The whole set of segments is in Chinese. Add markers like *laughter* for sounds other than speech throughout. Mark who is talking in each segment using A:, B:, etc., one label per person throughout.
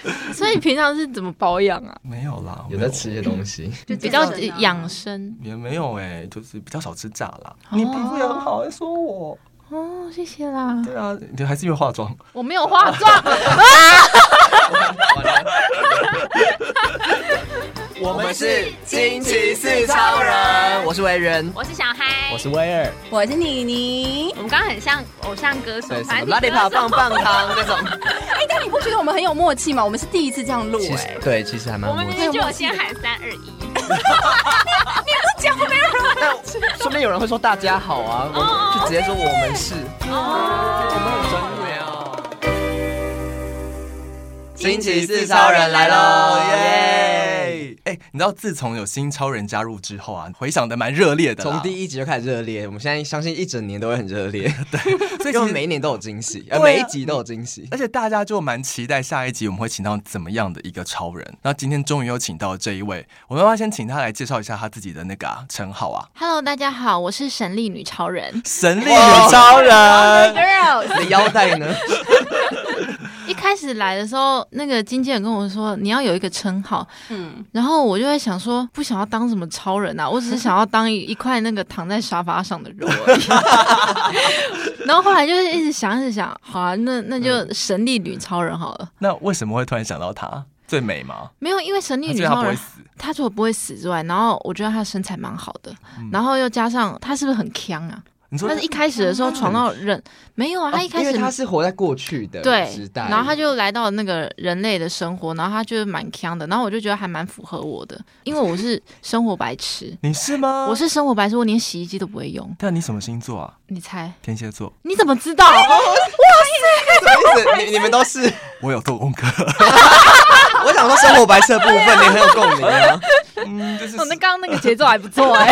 A: *laughs* 所以你平常是怎么保养啊？
B: 没有啦，
C: 有
B: 没
C: 在吃一些东西，
D: 就
A: 比较
D: 健身啊
A: 养生
B: 也没有哎、就是比较少吃炸啦。你皮肤也很好，还说我
A: 哦，谢谢啦。
B: 对啊，你还是因为化
C: *laughs*
B: 妆，
A: 我没有化妆， *laughs*
C: 我
E: 们是惊奇四超人
C: 我是维人，
D: 我是小嗨，
C: 我是威尔，
E: 我是妮妮。
D: 我们刚刚很像偶像歌手
A: 呃
C: 对，，什
D: 团
C: 么
D: 体
C: 拉力
D: 歌
C: 跑
D: 手
C: 棒棒糖这种，
E: 哎、但你不觉得我们很有默契吗？我们是第一次这样录、
C: 其
E: 哎
C: 实，对，其实还蛮
D: 我们
C: 默
D: 明
C: 契。
D: 明就有先喊三二一，
C: *laughs* 但说不定有人会说大家好啊，我就直接说我们是，
E: 哦
C: 我们很专业哦。惊奇四超人来喽，耶！
B: 耶！哎，你知道自从有新超人加入之后啊，回想的蛮热烈的啦。
C: 从第一集就开始热烈，我们现在相信一整年都会很热 *laughs* 烈，
B: 所以其
C: 因为
B: 实
C: 每一年都有惊喜，
B: 对
C: 呃，
B: 啊
C: 每一集都有惊喜。
B: 而且大家就蛮期待下一集我们会请到怎么样的一个超人。那今天终于又请到这一位，我们要不要先请他来介绍一下他自己的那个啊称、号啊，
A: Hello，大家好，我是神力女超人
B: 神力女超人。
A: Girls。
C: 你的腰带呢？
A: 一开始来的时候，那个经纪人跟我说你要有一个称号，
E: 嗯，
A: 然后我就在想说，不想要当什么超人啊，我只是想要当一一块那个躺在沙发上的肉而已。 *laughs* 然后后来就是一直想，一直想，好啊，那那
D: 嗯
A: 就神力女超人好了。
B: 那为什么会突然想到他？最美吗？
A: 没有，因为神力
B: 他
A: 女
B: 觉得他
A: 超
B: 不会
A: 人，
B: 死，
A: 她除了不会死之外，然后我觉得她身材蛮好的，然后又加上她是不是很强啊？
B: 你说
A: 她是一开始的时候闯到人没有啊？她一开
C: 哦因
A: 始
C: 为他是活在过去的时
A: 对，
C: 代，
A: 然后他就来到那个人类的生活，然后他就是蛮强的，然后我就觉得还蛮符合我的，因为我是生活白痴，
B: 你是吗？
A: 我。是生活白痴，我连洗衣机都不会用。
B: 但你什么星座啊？
A: 你猜？
B: 天蝎座。
A: 你怎么知道？哦
C: 什么意思？你你们都是？
B: 我有做功课，
C: 我想说生活白痴的部分，你很有共鸣啊。
B: 嗯，就是
A: 我哦那刚刚那个节奏还不错哎、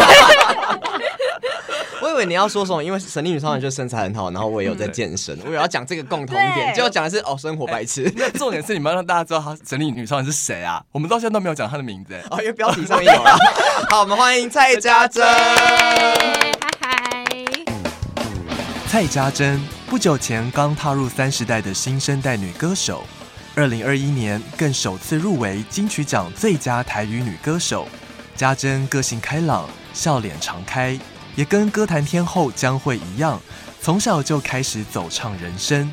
C: 我以为你要说什么，因为神力女超人就身材很好，然后我也有在健身，我以为要讲这个共同点，
D: 对
C: 结果讲的是哦生活白痴。
B: 重点是你们要让大家知道他神力女超人是谁啊？我们到现在都没有讲她的名字、哎
C: 哦，因为标题上面有啊。好，我们欢迎蔡家珍。
A: 嗨嗨，
B: 蔡家珍不久前刚踏入三十代的新生代女歌手，二零二一年更首次入围金曲奖最佳台语女歌手。家珍个性开朗，笑脸常开，也跟歌坛天后江蕙一样，从小就开始走唱人生。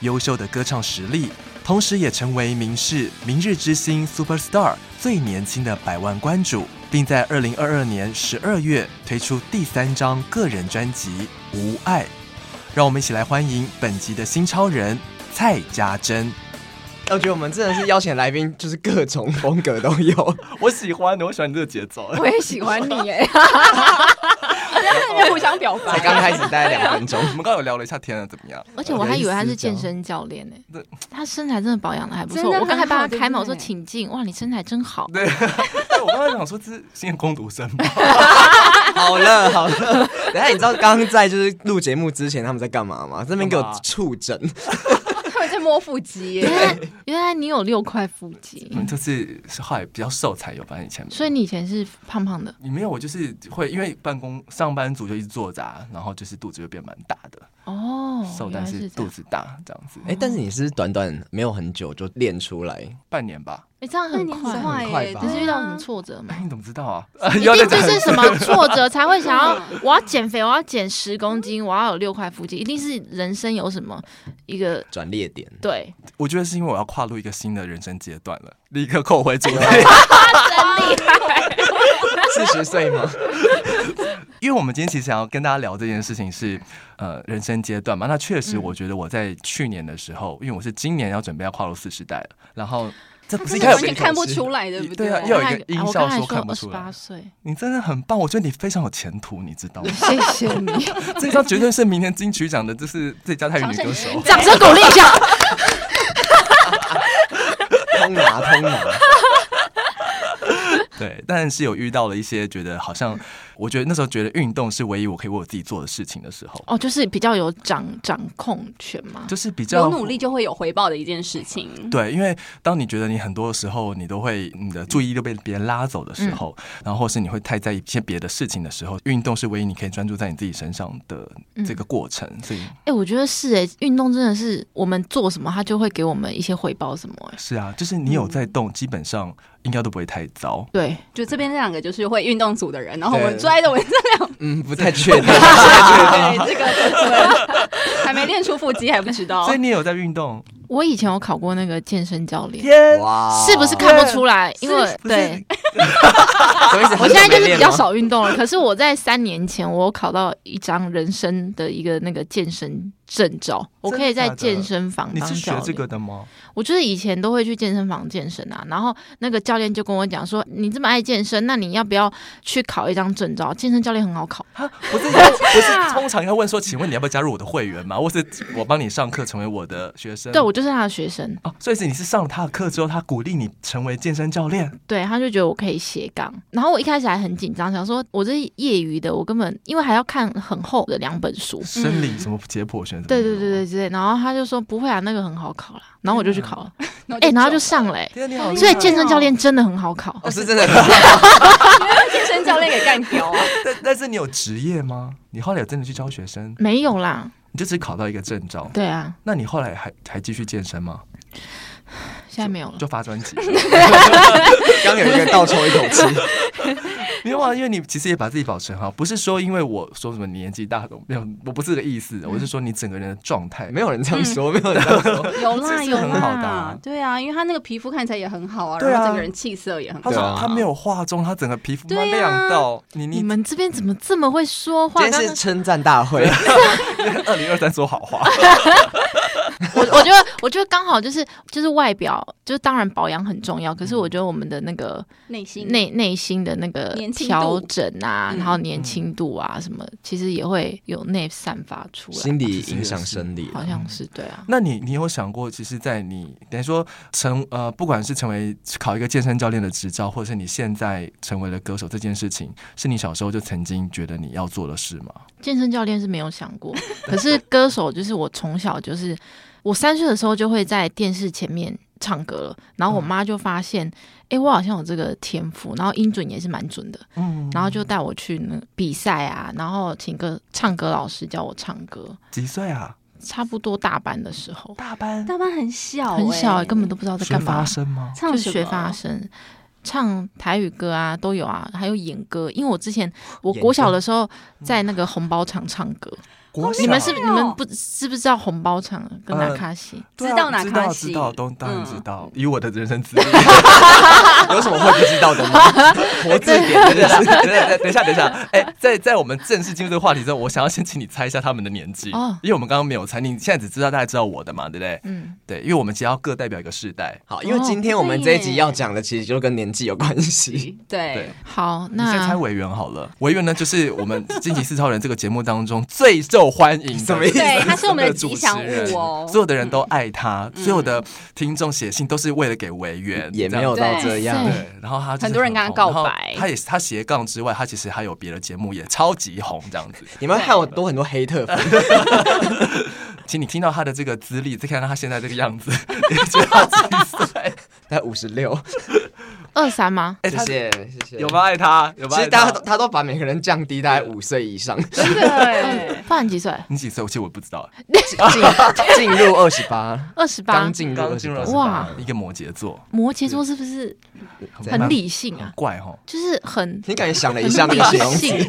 B: 优秀的歌唱实力，同时也成为明视明日之星 Super Star 最年轻的百万关主，并在二零二二年十二月推出第三张个人专辑《无爱》。让我们一起来欢迎本集的新超人蔡家珍。
C: 我觉得我们真的是邀请来宾，就是各种风格都有。
B: 我喜欢的，我喜欢你这个节奏。
A: 我也喜欢你哎、
E: 那你哎们互相表白
C: 才刚开始待了两分钟
B: 我，们刚刚有聊了一下天了，啊怎
A: *laughs*
B: 么样？
A: 而且我还以为他是健身教练呢、
B: 对
A: 他身材真的保养的还不错。
E: 真的很
A: 我刚才帮
E: 好
A: 他
E: 对不
A: 开门，我说
E: 对
A: 请进，哇，你身材真好。
B: 对，我刚刚想说这是新攻读生吗？ *laughs*
C: 好了好了。等一下，你知道刚刚在就是录节目之前他们在干嘛啊吗？这边给我触诊，
E: 他们在摸腹肌耶
A: 原。 *laughs* 来原来你有六块腹肌，
B: 嗯就是是后来比较瘦才有，反正以前没有
A: 所以你以前是胖胖的
B: 你没有，我就是会因为办公上班族就一直坐着、啊，然后就是肚子就变蛮大的，
A: 哦。
B: 瘦
A: 原
B: 但
A: 来这
B: 是肚
A: 样。
B: 子大这样子。
C: 哎、但是你是短短没有很久就练出来，
B: 半年吧？
A: 哎、这样
E: 那
A: 很
E: 你
A: 快，
E: 很
C: 快
E: 耶
C: 吧
A: 你
C: 对
A: 是遇到什么？挫折吗
B: 哎、？你怎么知道
A: *laughs*
B: 啊？
A: 一
B: *laughs* 又在
A: 定就
B: 讲
A: 是什么挫折才会想
B: *laughs*
A: 要，我要减肥，我要减十公斤，我要有六块腹肌，一定是人生有什么一个
C: 转裂点。
A: 对
B: 我觉得是因为我要跨入一个新的人生阶段了，立刻扣回主
E: *laughs*
B: 题。
C: 四十岁吗？
B: 因为我们今天其实想要跟大家聊这件事情是，呃，人生阶段嘛。那确
A: 嗯
B: 实，我觉得我在去年的时候，因为我是今年要准备要跨入四十代了，然后这不是一
E: 他
B: 开
E: 完
B: 始
E: 全看不出来，对不
B: 对
E: 对？
B: 啊
A: 我
B: 又有
A: 刚才
B: 一个音
A: 啊我
B: 效
A: 刚才
B: 说
A: 说
B: 看不
A: 二
B: 出
A: 十
B: 来
A: 八岁，？
B: 你真的很棒，我觉得你非常有前途，你知道吗
A: 谢谢你，
B: *laughs* 这张绝对是明年金曲奖的，就是最佳泰语女歌
E: *laughs*
B: 手。
A: 掌声鼓励一下。
C: 通
A: *laughs*
C: 拿通拿，
B: 对，但是有遇到了一些觉得好像我觉得那时候觉得运动是唯一我可以为我自己做的事情的时候，
A: 哦，就是比较有掌掌控权嘛。
B: 就是比较
E: 有努力就会有回报的一件事情。
B: 对，因为当你觉得你很多的时候，你都会你的注意力都被别人拉走的时候，
A: 嗯
B: 然后或是你会太在意一些别的事情的时候，运动是唯一你可以专注在你自己身上的这个过程。所以
A: 哎、我觉得是哎、运动真的是我们做什么，它就会给我们一些回报什么哎、
B: 是啊，就是你有在动，基本上应该都不会太糟。
A: 对，
E: 就这边这两个就是会运动组的人，然后我们
C: 对
E: 最爱的 *laughs* 文字两
C: 嗯，不太确定。
E: 对，这个真的还没练出腹肌还不知
A: 嗯
E: 道
B: 所以。
E: *laughs*
B: 你也有在运动，
A: 我以前有考过那个健身教练。
B: 耶！
C: 哇
A: 是不是看不出来？因为
B: 哦不是
A: 对
C: 什么意思？
A: 我现在就是比较
C: 很久没练吗。
A: 少运动了。可是我在三年前，我有考到一张人生的一个那个健身证照，我可以在
B: 真的假的
A: 健身房
B: 你
A: 当
B: 是
A: 教
B: 学这
A: 练
B: 个。的吗？
A: 我就是以前都会去健身房健身啊，然后那个教练就跟我讲说：“你这么爱健身，那你要不要去考一张证照？健身教练很好考。*laughs*
B: 不是，不是，通常要问说，请问你要不要加入我的会员吗？或是我帮你上课成为我的学生？
A: 对我就是他的学生，
B: 哦，所以是你是上了他的课之后，他鼓励你成为健身教练。
A: 对他就觉得我可以斜杠。然后我一开始还很紧张，想说我这业余的，我根本因为还要看很厚的两本书，
B: 生理什么解剖学什么
A: 嗯对
B: 的？
A: 对对对之类。然后他就说不会啊，那个很好考啦。然后我就去考了，
E: 哎
A: 哎、然后就上了、欸。
B: 天啊，你好厉害哦，
A: 所以健身教练真的很好考，
C: 我哦是真的 *laughs* 很少
E: 健身教练给干掉啊！
B: 但但是你有职业吗？你后来有真的去教学生？
A: 没有啦。
B: 你就只考到一个证照？
A: 对啊，
B: 那你后来还还继续健身吗？
A: 现在没有了。
B: 就发
A: *laughs*
B: 专辑？
C: 刚有一个倒抽一口气，
B: 没有啊，因为你其实也把自己保持很好，不是说因为我说什么你年纪大了，没有，我不是这个意思，我是说你整个人的状态。
C: 没有人这样说，
A: 嗯
C: 没有人这样说。
E: 有
B: 这
E: 啦
B: 是
E: 有
B: 很好的啊
E: 啦，对啊，因为他那个皮肤看起来也很好啊，
B: 对啊
E: 然后整个人气色也很
B: 他
E: 好。
C: 对
B: 说
C: 啊
B: 他没有化妆，他整个皮肤
E: 对啊
B: 亮到你
A: 你
B: 你
A: 们这边怎么这么会说话？
C: 今
A: 刚
C: 天是
A: 刚
C: 称赞大会，
B: 二零二三说好话，
A: 我我觉得，我觉得刚好就是就是外表，就是当然保养很重要，可是我觉得我们的那个
E: 内心
A: 内内心的那个
E: 年轻
A: 调
E: 度
A: 整啊，
E: 嗯
A: 然后年轻度啊什么，其实也会有内散发出来，
C: 心理影响生理。
A: 好像是对啊。
B: 那你你有想过，其实，在你等于说成呃，不管是成为考一个健身教练的执照，或者是你现在成为了歌手这件事情，是你小时候就曾经觉得你要做的事吗？
A: 健身教练是没有想
B: *laughs*
A: 过，可是歌手就是我从小就是，我三岁的时候就会在电视前面唱歌了，然
B: 嗯
A: 后我妈就发现，诶，我好像有这个天赋，然后音准也是蛮准的，
B: 嗯，
A: 然后就带我去那比赛啊，然后请个唱歌老师教我唱歌，
B: 几岁啊？
A: 差不多大班的时候，
B: 大班
E: 大班很小，
A: 很小、
E: 哎
A: 根本都不知道在
B: 学
A: 干
B: 发
A: 嘛，
B: 声吗？
E: 唱
A: 就是
E: 什么啊
A: 学发声。唱台语歌啊，都有啊，还有演歌。因为我之前我
C: 演
A: 国小
C: 歌
A: 的时
B: 嗯
A: 候，在那个红包场唱歌，
B: 国
A: 你们是不
E: 哦
A: 你们不知不知道红包场跟
B: 呃
A: 纳卡西？
B: 对啊
E: 知道哪
B: 知
E: 卡
B: 道
E: 西
B: 知道，都当然
E: 嗯
B: 知道。以我的人
A: *laughs*
B: 生资历，
C: 有什么会不知道的吗？
B: 活字典。 *laughs* 等一下，等一下，等一下，等一下。哎，在在我们正式进入这个话题之后，我想要先请你猜一下他们的年纪
A: 哦，
B: 因为我们刚刚没有猜，你现在只知道大家知道我的嘛，对不对？
A: 嗯，
B: 对，因为我们只要各代表一个世代。
C: 好，
A: 哦
C: 因为今天我们这一集要讲的，其实就跟年纪有关系。
E: 对
B: 对，
A: 好，
B: 你先猜
A: 那
B: 委员好了，委员呢就是我们《惊奇四超人》这个节目当中最受欢迎的，
C: *laughs* 什么意思
B: *laughs*
E: *laughs* 对他是我们的
B: 主
E: 吉
B: 持
E: 祥
B: 人
E: 物 *laughs* 哦
B: 所有的人都爱他，所有的听众写信都是为了给委员，
C: 嗯也
B: 这样
C: 没有到
E: 对
C: 这样，
A: 对
B: 对，然后他就是
E: 嗯很多人跟他
B: 红
E: 告
B: 然后
E: 白
B: 他也是他斜杠之外，他其实还有别的节目也超级红这样子。
C: 你们害我多很多黑特粉，
B: 请你听到他的这个资历，再看到他现在这个样
C: *laughs*
B: 子，也觉得他几岁？
C: 才五十六，
A: 二三吗？
B: 哎，
C: 谢
B: 他
C: 谢谢谢。
B: 有？吗？爱他有吗？
C: 其
B: 爱他
C: 实大家都他都把每个人降低大概五岁以上， *laughs* 进
E: 真的哎，
A: 不然几岁？
B: 你几岁？其实我不知道， *laughs*
C: 进进入二十八，
A: 二十八
C: 刚。进入
B: 刚
C: 二
B: 进
C: 十
B: 入
C: 八
B: 二
A: 28
B: 十，
A: 哇
B: 八，一个摩羯座，
A: 摩羯座是不是很理性
B: 很
A: 啊？
B: 怪哈。
A: 就是很
C: 你感觉想了
A: 很
C: 一下那
A: 理
C: 个形容
A: 性
C: 词，，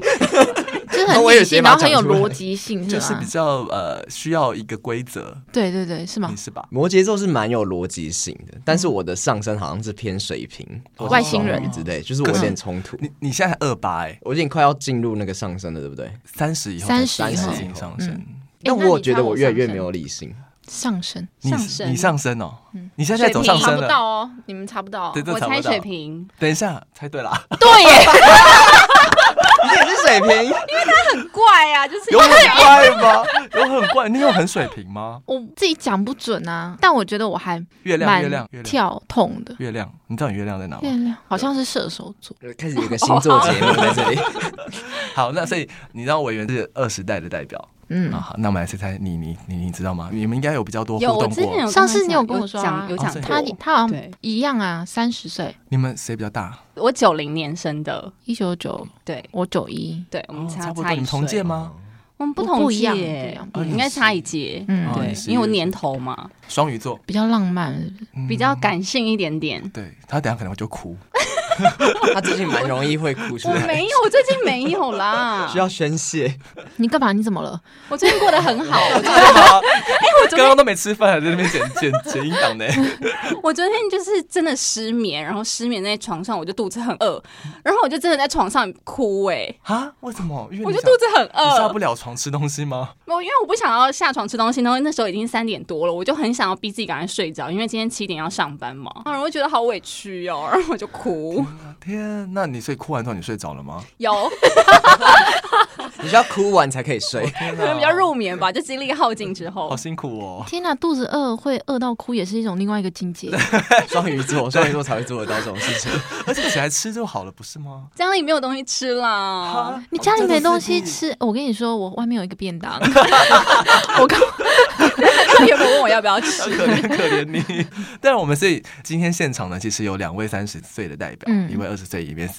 A: *laughs* 就是
C: 那
A: 很
C: 我也
A: 理性，
C: 直接把
A: 然后
C: 它
A: 很有
C: 讲出来
A: 逻辑性，
E: 啊
B: 就是比
A: 吗？
B: 较呃需要一个规则，
A: 对对对，是吗
B: 你？是吧？
C: *laughs* 摩羯座是蛮有逻辑性的，但是我的上升好像是偏水瓶，或是
A: 外星人
C: 双鱼之类，就是我有点冲突，
B: 你你现在二八哎，
C: 我有点快要进入那个上升了，对不对？
B: 三十以后
A: 30
B: 才
A: 以后
B: 30进上升，
E: 嗯
C: 但
A: 那
C: 我
A: 你
C: 觉得
A: 猜我
C: 我越来越
A: 上升
C: 没有理 *laughs* 性，
A: 上升，
B: 你
E: 上升嗯
B: 你上升哦，你现在在走上
E: 水
A: 查
B: 升
A: 不
B: 了。
A: 到哦，你们查不到哦。
B: 对这
E: 我
B: 查不
E: 猜
B: 到
E: 水瓶，
B: 等一下，猜对了
E: *laughs*
B: 啊，
A: 对
B: *laughs*
A: 耶，
C: 你也是水瓶，
E: 怪啊，就是
B: 有很怪吗？有很怪，你有很水平吗？
A: 我自己讲不准啊，但我觉得我还
B: 月亮，
A: 蛮
B: 月亮，月亮，
A: 跳痛的。
B: 月亮，你知道你月亮在哪
A: 月
B: 吗？
A: 亮好像是射手座，
C: 开始有一个星座节目在这里，
B: 好，那所以你知道委员是二十代的代表、
A: 嗯
B: 啊。，好，那我们来猜猜你你你你知道吗？你们应该有比较多互
E: 有，我
B: 动
E: 之前
B: 过
E: 有。
A: 上次你有跟我说啊
E: 讲有讲
B: 哦
E: 过，
A: 他他好像
E: 对
A: 一样啊，三十岁，
B: 你们谁比较大？
E: 我九零年生的，
A: 一九九，
E: 对
A: 我九一，
E: 对，我们
B: 哦
E: 差
B: 差不多，
E: 差
B: 你
E: 一
B: 们同届
E: 岁，
B: 吗？
E: 我们不
A: 我
E: 同
A: 不一样不一
E: 届
A: 样，
B: 不一样
E: 应该差一届，
A: 嗯
B: 哦
E: 对
B: 你，是
E: 因为我年头嘛，
B: 双鱼座，
A: 比较浪漫，是不是
B: 嗯
E: 比较。感性一点点。
B: *laughs* 对他等下可能就哭，
C: 他最近蛮容易会哭出
E: 我
C: 来，
E: 没有，我最近没有啦
C: *laughs* 需。要宣泄。
A: 你干嘛？你怎么了？
E: 我最近过得很好，
B: *laughs*
E: 我就哎
B: 刚刚都没吃饭，还在那边剪剪剪音档
E: *laughs*
B: 呢。
E: 我昨天就是真的失眠，然后失眠在床上，我就肚子很饿，然后我就真的在床上哭哎、
B: 啊？为什么？因为
E: 我
B: 你
E: 就
B: 想
E: 肚子很
B: 你下不
E: 饿，
B: 了床吃东西吗？
E: 我因为我不想要下床吃东西，然后那时候已经三点多了，我就很想要逼自己赶快睡着，因为今天七点要上班嘛，然后我觉得好委屈哦，然后我就哭，
B: 天，那你所以哭完之后你睡着了
E: *laughs*
B: 吗？ *laughs*
E: 有
C: 你需要哭完才可以睡，
B: *laughs* 天
E: 可能比较入眠吧，就精力耗尽之后
B: 好，辛苦哦。
A: 天哪，肚子饿会饿到哭，也是一种另外一个境界。
C: 双鱼座，双鱼座才会做得到这种事情。
B: 而且起来吃就好了，不是吗？哦
E: 家里没有东西吃啦，
A: 你家里没东西
B: 真的是
A: 吃，我跟你说，我外面有一个便当， *laughs*
E: 我刚他刚原本问我要不要
B: *laughs*
E: 吃，
B: 可怜可怜你。但我们所以今天现场呢，其实有两位三十岁的代表，
A: 嗯
B: 一位二十岁，一位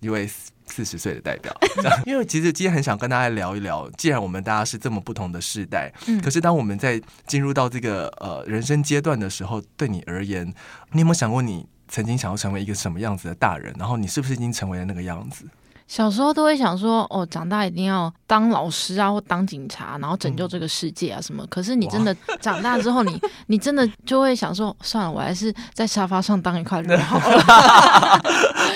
B: 一位四十岁的代表。 *laughs* 这样因为其实今天很想跟大家聊一聊，既然我们大家是这么不同的世代，
A: 嗯
B: 可是当我们在进入到这个呃人生阶段的时候，对你而言，你有没有想过你？曾经想要成为一个什么样子的大人，然后你是不是已经成为了那个样子？
A: 小时候都会想说，哦，长大一定要当老师啊，或当警察，然后拯救这个世界啊什么。可是你真的长大之后，你你真的就会想说，算了，我还是在沙发上当一块肉好了。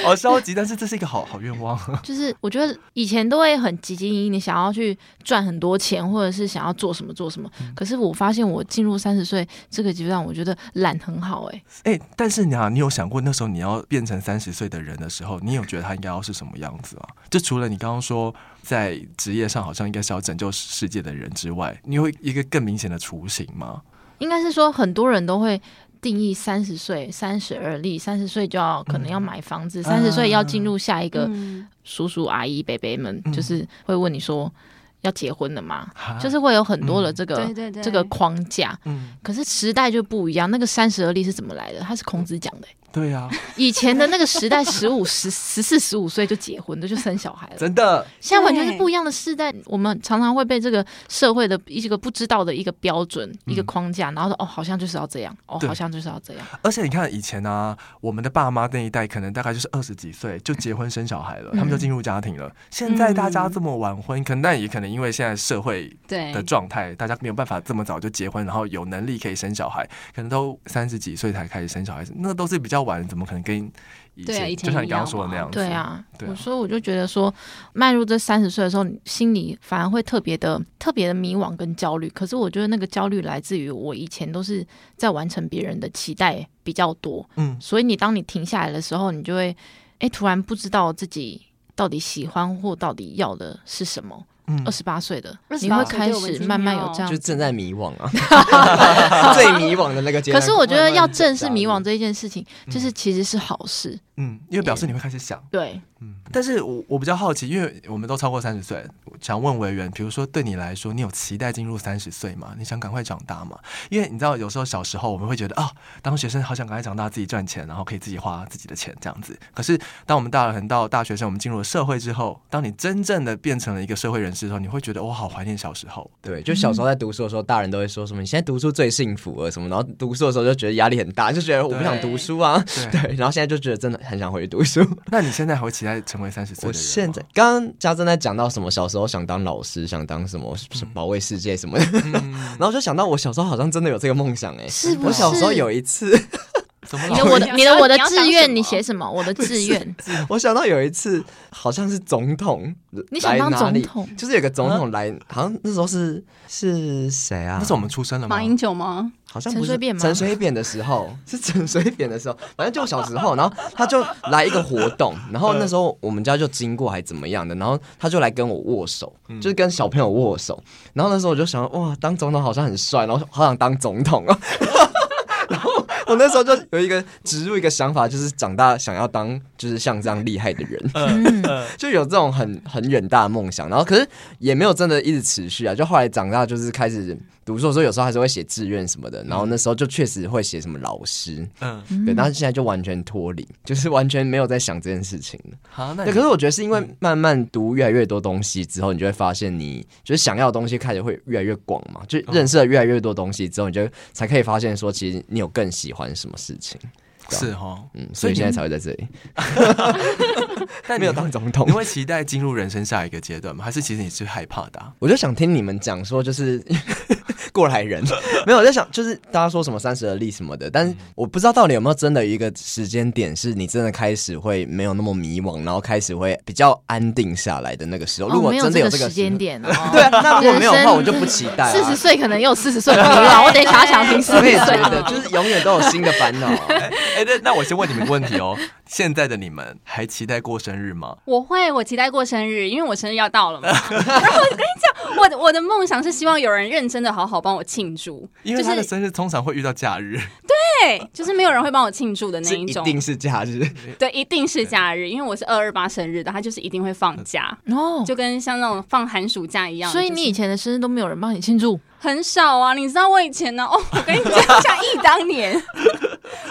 B: 好消哦极，但是这是一个好好愿望。
A: 就是我觉得以前都会很汲汲营营，你想要去赚很多钱，或者是想要做什么做什么。可是我发现我进入三十岁这个阶段，我觉得懒很好哎、
B: 哎、但是你啊，你有想过那时候你要变成三十岁的人的时候，你有觉得他应该要是什么样子吗？就除了你刚刚说在职业上好像应该是要拯救世界的人之外，你有一个更明显的雏形吗？
A: 应该是说很多人都会定义三十岁、三十而立，三十岁就要可能要买房子，三十岁要进入下一个
E: 嗯
A: 叔叔阿姨、伯伯们，
B: 嗯啊
A: 就是会问你说要结婚了吗？
B: 哈
A: 就是会有很多的这个、
E: 对对对，
A: 呃这个框架。
B: 嗯，
A: 可是时代就不一样，那个三十而立是怎么来的？它是孔子讲的欸、
B: 对啊，
A: 以前的那个时代，十五、十十四、十五岁就结婚的，就生小孩了。
B: 真的，
A: 现在完全是不一样的世代，我们常常会被这个社会的一个不知道的一个标准、一个框架，然后说哦，好像就是要这样，哦，
B: 对
A: 好像就是要这样。
B: 而且你看以前啊，我们的爸妈那一代可能大概就是二十几岁就结婚生小孩了，
A: 嗯
B: 他们就进入家庭了。现在大家这么晚婚，可能但也可能因为现在社会
E: 对
B: 的状态，大家没有办法这么早就结婚，然后有能力可以生小孩，可能都三十几岁才开始生小孩，那都是比较晚，怎么可能跟以前
E: 对啊以前
B: 就像你刚刚说的那样子？
A: 对，啊，
B: 对啊
A: 我所以我就觉得说，迈入这三十岁的时候，你心里反而会特别的、特别的迷惘跟焦虑。可是我觉得那个焦虑来自于我以前都是在完成别人的期待比较多，
B: 嗯，
A: 所以你当你停下来的时候，你就会哎突然不知道自己到底喜欢或到底要的哦是什么。
B: 嗯
A: 二十八岁的，
E: 28
A: 你会
E: 岁
A: 开
E: 对我们已
A: 始
E: 经
A: 慢慢
E: 没有
A: 有这样
C: 就。正在迷惘
A: *laughs*
C: 啊， *laughs* 最迷惘的那个阶
A: 可
C: 段。
A: 是我觉得要正视
C: 是
A: 迷惘这一件事情，
C: 嗯
A: 就是其实是好事。
B: 嗯，因为表示你会开始想，
A: 对，
B: 嗯，但是我我比较好奇，因为我们都超过三十岁，我想问委员，比如说对你来说，你有期待进入三十岁吗？你想赶快长大吗？因为你知道，有时候小时候我们会觉得啊、当学生好想赶快长大，自己赚钱，然后可以自己花自己的钱这样子。可是当我们大人到大学生，我们进入了社会之后，当你真正的变成了一个社会人士之后，你会觉得哦我好怀念小时候。
C: 对，就小时候在读书的时候，大人都会说什么“你现在读书最幸福了”什么，然后读书的时候就觉得压力很大，就觉得我不想读书啊。
B: 对，
C: *laughs* 对，然后现在就觉得真的很想回去读
A: *laughs*
C: 书。
B: 那你现在还会期待成为三十岁的
C: 我
B: 人吗？
C: 现
B: *laughs*
C: 在刚刚家正在讲到什么，小时候想当老师，想当什
A: 嗯
C: 么保卫世界什么的， *laughs* 然后就想到我小时候好像真的有这个梦想哎、
A: 是不是？
C: 我小时候有一次，
B: 怎么
A: 你的
B: 老了
A: 我的
E: 你要
A: 你的
E: 当
A: 我的
E: 你要当
A: 志愿，
E: 什
A: 你
E: 么
A: 写什么？我的志愿，
C: *laughs* 我想到有一次好像是总统，
A: 你想当
C: 来哪里
A: 总统嗯
C: 就是有个总统来，好像那时候是是谁啊？
B: 那时候我们出生了吗
E: 马？英九吗？
C: 好像不
A: 陈水
C: 是
A: 扁吗
C: 陈水扁的
A: *laughs*
C: 时候，是陈水扁的时候，反正就小时候，然后他就来一个活动，然后那时候我们家就经过还怎么样的，然后他就来跟我握手，
A: 嗯
C: 就是跟小朋友握手，然后那时候我就想，哇，当总统好像很帅，然后好想当总统哦。然后我那时候就有一个植入一个想法，就是长大想要当就是像这样厉害的人，
A: *laughs* 嗯，
C: *laughs* 就有这种很很远大的梦想。然后可是也没有真的一直持续啊，就后来长大就是开始读书的时候，有时候还是会写志愿什么的。然后那时候就确实会写什么老师，
B: 嗯，
C: 对，但是现在就完全脱离， *laughs* 就是完全没有在想这件事情了。
B: 好，那嗯
C: 对，可是我觉得是因为慢慢读越来越多东西之后，你就会发现你就是想要的东西开始会越来越广嘛，就认识了越来越多东西之后，你就才可以发现说，其实你有更喜欢什么事情。
B: 是哦，
C: 嗯，所以现在才会在这里，
B: 但
C: 没有
B: 你
C: 当
B: 会
C: 总统
B: 你。会期待进入人生下一个阶段吗？还是其实你是害怕的啊、 *laughs*
C: 我就想听你们讲说，就是 *laughs* 过
B: *laughs*
C: 来人没有，我在想就是大家说什么三十而立什么的，但
B: 嗯
C: 是我不知道到底有没有真的一个时间点，是你真的开始会没有那么迷惘，然后开始会比较安定下来的那个时候。如
A: 哦
C: 果
A: 没有
C: 真的
A: 这
C: 有
A: 个
C: 这个
A: 时间点哦，
C: *laughs* 对啊，那如果没有的
A: 人
C: 话，
A: 生
C: 我就不期待、啊。
A: 四十岁可能又有四十岁的迷惘，我等一下想要听四
C: 我也
A: 十
C: 觉
A: 岁
C: 得，就是永远都有新的烦恼。
B: 哎、那那我先问你们个问题哦，现在的你们还期待过生日吗？
E: 我会，我期待过生日，因为我生日要到了嘛。 *laughs* 然后我跟你讲，我的我的梦想是希望有人认真的好好帮我庆祝，
B: 因
E: 就
B: 为他的
E: 是
B: 生日通常会遇到假日，
E: 对，就是没有人会帮我庆祝的那
C: 这
E: 一
C: 一
E: 种。
C: 定是假日，
E: 对，一定是假日，因为我是二二八生日的，他就是一定会放假，
A: 哦。
E: 就跟像那种放寒暑假一样。
A: 所以你以前的生日都没有人帮你庆祝，
E: 就是很少啊，你知道我以前呢、哦，我跟你讲， *laughs* 像忆当年，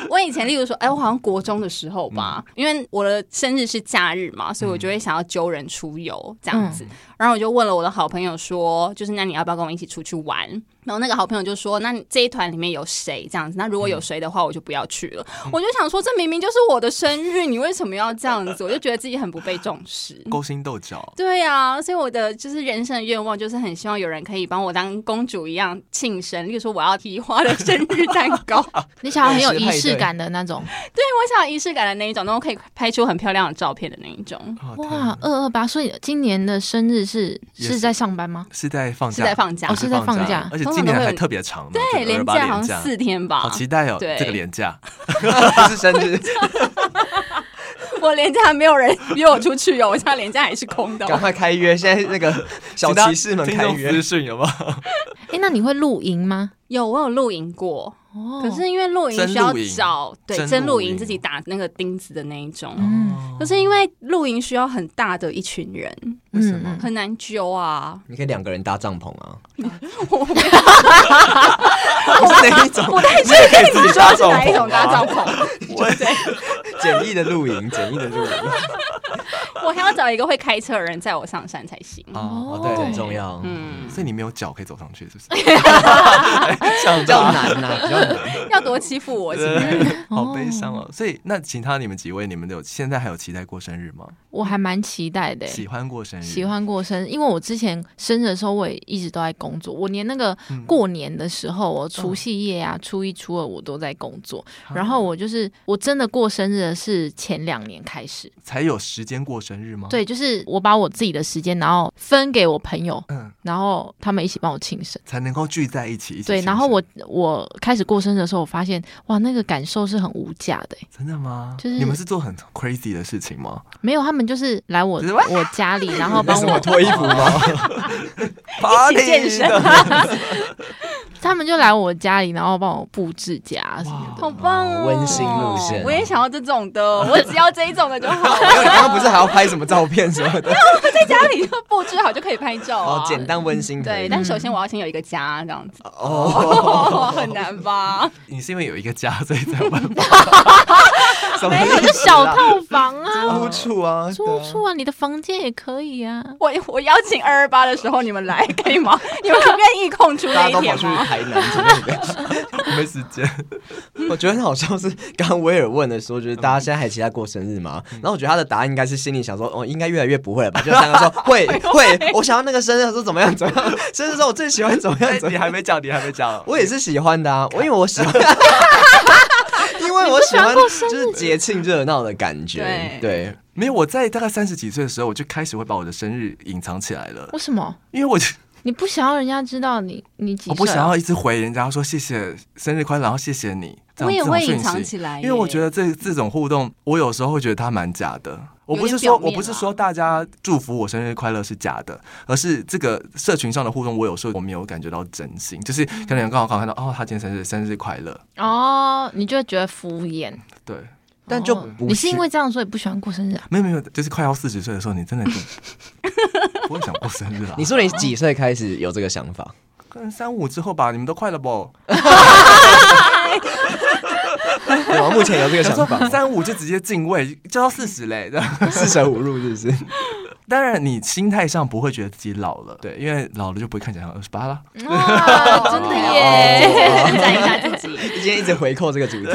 E: 我以前例如说，哎，我好像国中的时候吧，因为我的生日是假日嘛，所以我就会想要揪人出游这样子。然后我就问了我的好朋友说，就是那你要不要跟我一起出去玩？然后那个好朋友就说，那你这一团里面有谁这样子？那如果有谁的话，我就不要去了。我就想说，这明明就是我的生日，你为什么要这样子？我就觉得自己很不被重视。
B: 勾心斗角。
E: 对啊，所以我的就是人生的愿望就是很希望有人可以帮我当公主一样庆生，例如说我要提花的生日蛋糕，
A: 你想要很有
C: 乱世
A: 仪
C: 派对
A: 式感的那种。
E: 对我想要仪式感的那一种，那我可以拍出很漂亮的照片的那一种，
B: 哦天
A: 哇
B: 哪，
A: 二二八，所以今年的生日是
B: 也是
A: 是在上班吗？
B: 是在放假，
E: 是在放假
A: 哦，是在放假
B: 而且
E: 通
B: 今
E: 常都
B: 年
E: 会
B: 还
E: 有
B: 特别长呢，
E: 对，
B: 连
E: 连
B: 假
E: 假好像四天吧
B: 好，期待哦，
E: 对
B: 这个连假，
C: 不 *laughs* 是生日，
E: 我连假没有人约我出去哦，我现在连假还是空的
C: 赶
E: 哦。
C: 快开约！现在那个小骑士们
B: *laughs* 听
C: 开
B: 众
C: 约
B: 私，讯有没有？
A: 哎，那你会露营吗？
E: 有我有露营过，
A: 哦，
E: 可是因为露营
B: 真
E: 需要
B: 露营
E: 找对
B: 真
E: 真
B: 露
E: 露
B: 营
E: 营自己打那个钉子的那
B: 哦
E: 一种，
A: 嗯
E: 可是因为露营需要很大的一群人，
B: 为什么
A: 嗯
E: 很难揪啊。
C: 你可以两个人搭帐篷啊。
E: 我
C: 我是哪一种？
E: 不太确
C: 可以自
E: 定你
C: 己
E: 说
C: 搭
E: 的是哪一种搭
C: 帐啊
E: 帐篷，啊
C: *laughs* 简易的露营，简易的 *laughs* 露营。
B: *laughs*
E: 我还要找一个会开车的人载我上山才行。
B: *laughs*
A: 哦
B: 哦
C: 对，很重要。
B: *laughs*
E: 嗯，
B: 所以你没有脚可以走上去，是不是？
E: *laughs*
C: 比较难 *laughs* 呐，比较难。
E: 要多欺负我，其实
B: 对， *laughs* 好悲伤哦。所以那其他你们几位，你们有现在还有期待过生日吗？
A: 我还蛮期待的欸。
B: 喜嗯欢过生日？
A: 喜。欢过生日，因为我之前生日的时候，我也一直都在工作。我连那个
B: 嗯
A: 过年的时候，我除夕夜啊、初一、初二，我都在工作。
B: 啊
A: 然后我就是我真的过生日的是前两年开始，
B: 才有时间过生日吗？
A: 对，就是我把我自己的时间，然后分给我朋友，
B: 嗯
A: 然后他们一起帮我庆生。
B: 才能够聚在一起。一起
A: 对，
B: 庆
A: 然后
B: 生
A: 我我开始过生日的时候，我发现哇，那个感受是很无价的欸。
B: 真的吗？
A: 就是
B: 你们是做很 crazy 的事情
A: *laughs*
B: 吗？
A: 没有，他们就是来我
B: 就是哇
A: 我家里，然后帮我
C: 脱衣服吗？ *laughs*
E: 一起健身，
A: 他们就来我家里，然后帮我布置家什么的。
E: 好棒哦，
C: 温馨路线
E: 我也想要这种的，我只要这一种的就好。
C: 没有，你刚刚不是还要拍什么照片什么的？
E: 在家里就布置好就可以拍照
C: 哦
E: 啊，。
C: 简单温馨可
E: 对，
C: 以。
E: 但首先我要先有一个家，
B: *laughs*
E: 这样子
C: 哦，
E: 哦，很难吧？
B: 你是因为有一个家，所以才有办法
C: 什么
A: 没
C: 意思
A: 有，
C: 啊
A: 就小套房啊，
C: 租处啊，
A: 住处啊，你的房间也可以啊。
E: 我我邀请二二八的时候你们来可以
B: *laughs*
E: 吗？你们愿意空出
C: 对啊大家
E: 那一
C: 都跑
E: 天
C: 去
E: 吗？
C: 台南之类的。
B: 没时
A: *laughs*
B: 间。
C: 我觉得很好笑是，刚刚威尔问的说，就是大家现在还期待过生日吗？然后我觉得他的答案应该是心里想说，哦，应该越来越不会了吧？就三 *laughs* 个说会会，我想要那个生日的时候怎么样怎么样，生日的时候我最喜欢怎么样
B: 哎
C: 怎么
B: 你
C: 样，
B: 还没讲，你还没讲。
C: *laughs* 我也是喜欢的 *laughs* 啊，我因为我喜欢。因为我喜欢就是节庆热闹的感觉
E: 对，
C: 对，
B: 哎没有，我在大概三十几岁的时候，我就开始会把我的生日隐藏起来了，
A: 为什么？
B: 因为我就
A: 你不想要人家知道你你几岁？啊
B: 我不想。要一直回人家说谢谢生日快乐，然后谢谢你。这样
E: 我也会
B: 这种讯
E: 隐藏
B: 息
E: 起来
B: 因为我
E: 耶
B: 觉得这这种互动，我有时候会觉得它蛮假的。我不是
E: 有点表
B: 说
E: 面啊
B: 我不是说大家祝福我生日快乐是假的，而是这个社群上的互动，我有时候我没有感觉到真心，就是可能有刚好看到哦，他今天生日，生日快乐，
A: 哦，你就会觉得敷衍。
B: 对。
C: 但就
A: 哦
C: 不
A: 你是
C: 是
A: 因为这样所以不喜欢过生日
B: *laughs*
A: 啊？
B: 没有没有，就是快要四十岁的时候，你真的就不会想过生日了、啊
C: 你说你几岁开始有这个想 *laughs* 法？
B: 可能三五之后吧，你们都快了不？
C: 对我目前有这个
B: 想
C: 想
B: 说
C: 法，
B: 三五就直接进位，就到四十嘞。 *laughs* 这样
C: 四舍五入是不是？
B: 当然，你心态上不会觉得自己老了，对，因为老了就不会看起来像二十八了。
E: 啊
A: 哇，真的耶！
B: 哦
E: 赞一下自
C: *laughs*
E: 己。
C: 今天一直回扣这个主题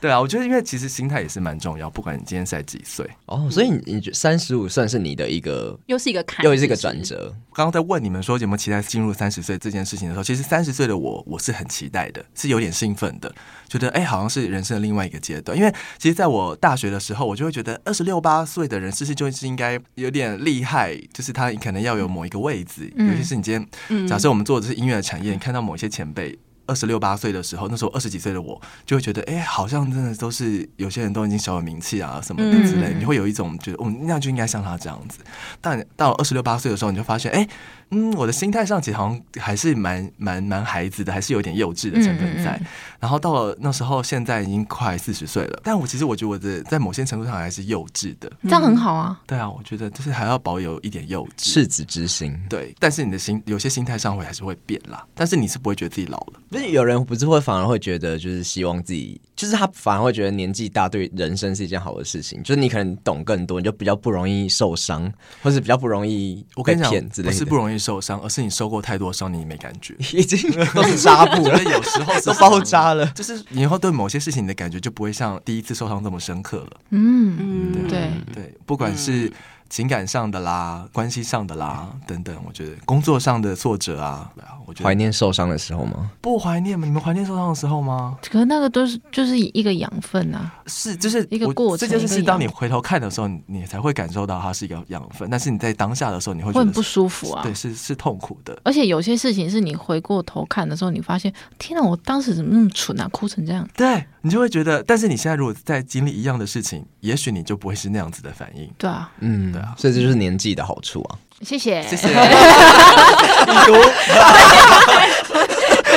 B: 对啊，我觉得因为其实心态也是蛮重要，不管你今天才几岁。
C: 哦，所以你你三十五算是你的一个
E: 又是一个坎，
C: 又是一个转折，
B: 刚刚在问你们说有没有期待进入三十岁这件事情的时候，其实三十岁的我，我是很期待的，是有点兴奋的，觉得哎、好像是人生的另外一个阶段。因为其实在我大学的时候，我就会觉得二十六八岁的人是不是就是应该有点厉害，就是他可能要有某一个位置，
A: 嗯
B: 尤其是你今天
E: 嗯
B: 假设我们做的是音乐产业，你看到某一些前辈。二十六八岁的时候，那时候二十几岁的我，就会觉得，哎、好像真的都是有些人都已经小有名气啊什么的之类，
A: 嗯
B: 你会有一种觉得，哦，那就应该像他这样子。但到二十六八岁的时候，你就发现，哎、嗯，我的心态上其实好像还是蛮蛮蛮孩子的，还是有点幼稚的成分在。
A: 嗯嗯
B: 然后到了那时候，现在已经快四十岁了，但我其实我觉得我的在某些程度上还是幼稚的。
A: 这样很好啊。
B: 对啊，我觉得就是还要保有一点幼稚。
C: 赤子之心。
B: 对，但是你的心有些心态上会还是会变啦，但是你是不会觉得自己老了。
C: 就是有人不是会反而会觉得，就是希望自己，就是他反而会觉得年纪大对人生是一件好的事情，就是你可能懂更多，你就比较不容易受伤，或是比较不容易
B: 我
C: 被
B: 跟你讲
C: 骗，之类
B: 不
C: 的。
B: 是不容易受伤，而是你受过太多伤，你没感
C: *laughs*
B: 觉。
C: 易，已经都是纱布
B: 我
C: 了
B: 觉，得有时候是
C: 都包扎了。
B: 就是你以后对某些事情的感觉就不会像第一次受伤这么深刻了。
A: 嗯，
E: 嗯
A: 对，
B: 对，不管是情感上的啦、关系上的啦等等，我觉得工作上的挫折啊，对啊我觉
C: 怀
B: 得
C: 念受伤的时候吗？
B: 不怀念吗？你们怀念受伤的时候吗？
A: 可是那个都是就是一个养分啊。
B: 是，就是
A: 一个
B: 我
A: 过
B: 这
A: 程
B: 件
A: 一
B: 事
A: 个
B: 是当
A: 养
B: 你回头看的时候，你你才会感受到它是一个养分，但是你在当下的时候，你会觉
A: 会
B: 得
A: 很不
B: 是
A: 舒服啊
B: 对，是是痛苦的。
A: 而且有些事情是你回过头看的时候，你发现，天哪，我当时怎么那么蠢啊，哭成这样。
B: 对你就会觉得，但是你现在如果在经历一样的事情，也许你就不会是那样子的反应。
A: 对啊，
C: 嗯，
B: 对啊
C: 所以这就是年纪的好处啊。
A: 谢谢。
B: 谢谢。
A: *laughs*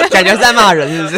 C: 感觉在骂人是不是？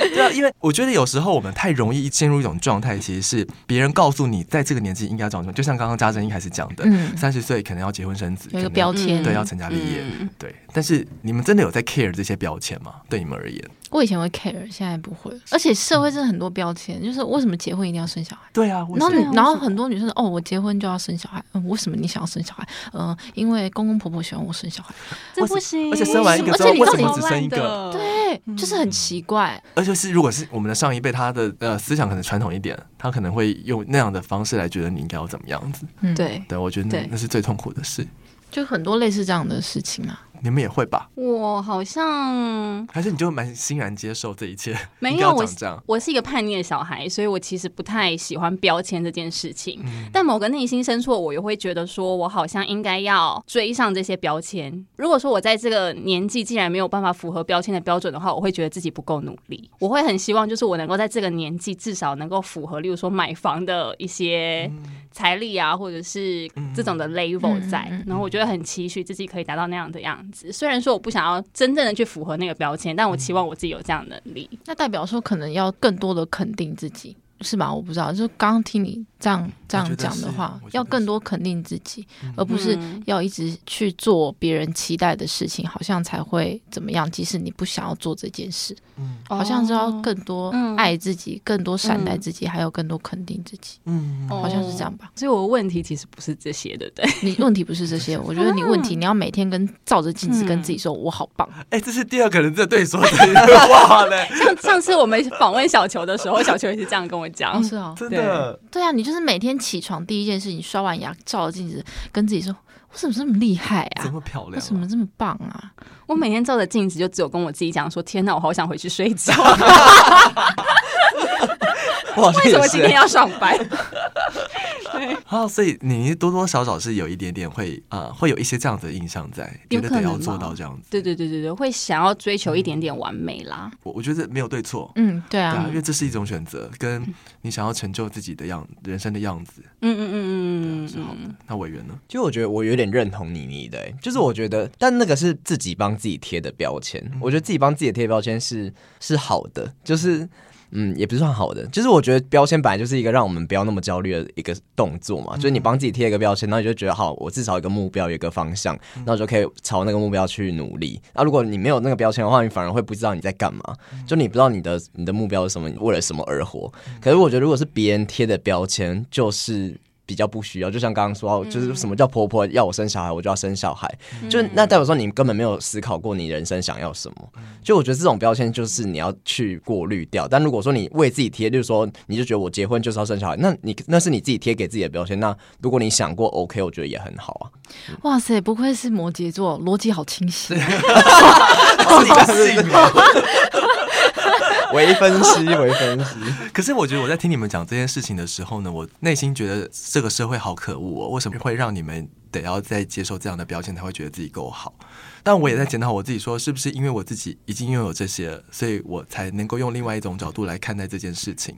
B: *laughs* 对啊，因为我觉得有时候我们太容易陷入一种状态，其实是别人告诉你在这个年纪应该长什么，就像刚刚家珍一开始讲的，
A: 嗯
B: 三十岁可能要结婚生子，
A: 有一个
B: 可能
A: 标签
B: 对，要成家立业，
E: 嗯
B: 对。但是你们真的有在 care 这些标签吗？对你们而言，
A: 我以前会 care，现在不会了。而且社会真的很多标签，就是为什么结婚一定要生小孩？
B: 对啊，为
A: 然后
B: 什么
A: 你，然后很多女生说哦，我结婚就要生小孩，嗯，为什么你想要生小孩？嗯、因为公公婆婆喜欢我生小孩。
E: 这不行，
B: 而且生完一个
A: 为
B: 之
A: 什
B: 后，
A: 么而
B: 为什
A: 且你
B: 么
A: 到
B: 只生一个？
E: 个，
A: 对，就是很奇怪。
B: 而且是如果是我们的上一辈，他的呃思想可能传统一点，他可能会用那样的方式来觉得你应该要怎么样子。
A: 嗯，，
E: 对，
B: 对我觉得那
E: 对
B: 那是最痛苦的事。
A: 就很多类似这样的事情啊。
B: 你们也会吧？
E: 我好像
B: 还是你就蛮欣然接受这一切？
E: 没
B: 应该要
E: 有我
B: 长这样。
E: 我是一个叛逆的小孩，所以我其实不太喜欢标签这件事情。
A: 嗯
E: 但某个内心深处，我也会觉得说，我好像应该要追上这些标签。如果说我在这个年纪既然没有办法符合标签的标准的话，我会觉得自己不够努力。
A: 嗯
E: 我会很希望，就是我能够在这个年纪至少能够符合，例如说买房的一些财力啊，或者是这种的 level 在。
A: 嗯嗯嗯嗯
E: 然后我觉得很期许自己可以达到那样的样子。虽然说我不想要真正的去符合那个标签，
A: 嗯
E: 但我期望我自己有这样的能力。
A: 那代表说，可能要更多的肯定自己，是吧？我不知道，就是刚刚听你这样这样讲的话
B: 我觉得是我觉得，是
A: 要更多肯定自己，而不是
E: 嗯
A: 要一直去做别人期待的事情，好像才会怎么样。即使你不想要做这件事，
B: 嗯
A: 好像是要更多
E: 嗯
A: 爱自己，更多善待自己，还有更多肯定自己，
B: 嗯
E: 哦
A: 好像是这样吧。
E: 所以我的问题其实不是这些，对不对？
A: 你问题不是这
B: *laughs*
A: 些，我觉得你问题你要每天跟照着镜子
E: 啊嗯
A: 跟自己说，我好棒。
B: 哎、这是第二个人在对你说这句话嘞，
E: *laughs* 上上次我们访问小球的时候，小球也是这样跟我讲
A: 哦，。是哦，
B: 真的。
A: 对啊，你就是每天起床第一件事，你刷完牙照着镜子跟自己说，我怎么这么厉害
B: 这
A: 啊？
B: 么漂
A: 我
B: 亮、
A: 怎么
B: 啊？
A: 这么棒啊？
E: 我每天照着镜子，就只有跟我自己讲说：“天哪，我好想回去睡 *laughs* 觉。
C: 我好像
E: 为什么
C: 也
E: 今天
C: 是。
E: 啊要上班？”对，
B: 啊，所以你多多少少是有一点点会啊、呃会有一些这样子的印象在，觉
E: 有
B: 得
E: 可
B: 得要
E: 能
B: 做
E: 吧
B: 到这样子。
E: 对对对对对，会想要追求一点点完美啦。
B: 我我觉得没有对错，
A: 嗯，对
B: 对啊
A: 啊，，
B: 因为这是一种选择，跟你想要成就自己的样人生的样子
E: 嗯嗯嗯嗯
B: 是
E: 嗯
B: 好
E: 嗯，
B: 的。那委员
E: *laughs*
B: 呢？
C: 就我觉得我有点认同妮妮的、欸，就是我觉得，但那个是自己帮自己贴的标签。我觉得自己帮自己贴标签是是好的，就是嗯，也不是算好的，就是我觉得标签本来就是一个让我们不要那么焦虑的一个动作嘛。就是你帮自己贴一个标签，然后你就觉得好，我至少有一个目标，有一个方向，然后就可以朝那个目标去努力。那如果你没有那个标签的话，你反而会不知道你在干嘛，就你不知道你的你的目标是什么，你为了什么而活。可是我觉得，如果是别人贴的标签，就是比较不需要。就像刚刚说到，哦就是什么叫婆婆要我生小孩，我就要生小孩，就那代表说你根本没有思考过你人生想要什么。就我觉得这种标签就是你要去过滤掉。但如果说你为自己贴，就是说你就觉得我结婚就是要生小孩，那你那是你自己贴给自己的标签。那如果你想过 OK，我觉得也很好啊。
A: 哇塞，不愧是摩羯座，逻辑好清晰。啊
B: 啊哦
C: 微分析，微分析，
B: 可是我觉得我在听你们讲这件事情的时候呢，我内心觉得这个社会好可恶哦，为什么会让你们得要再接受这样的标签才会觉得自己够好？但我也在检讨我自己说是不是因为我自己已经拥有这些了，所以我才能够用另外一种角度来看待这件事情。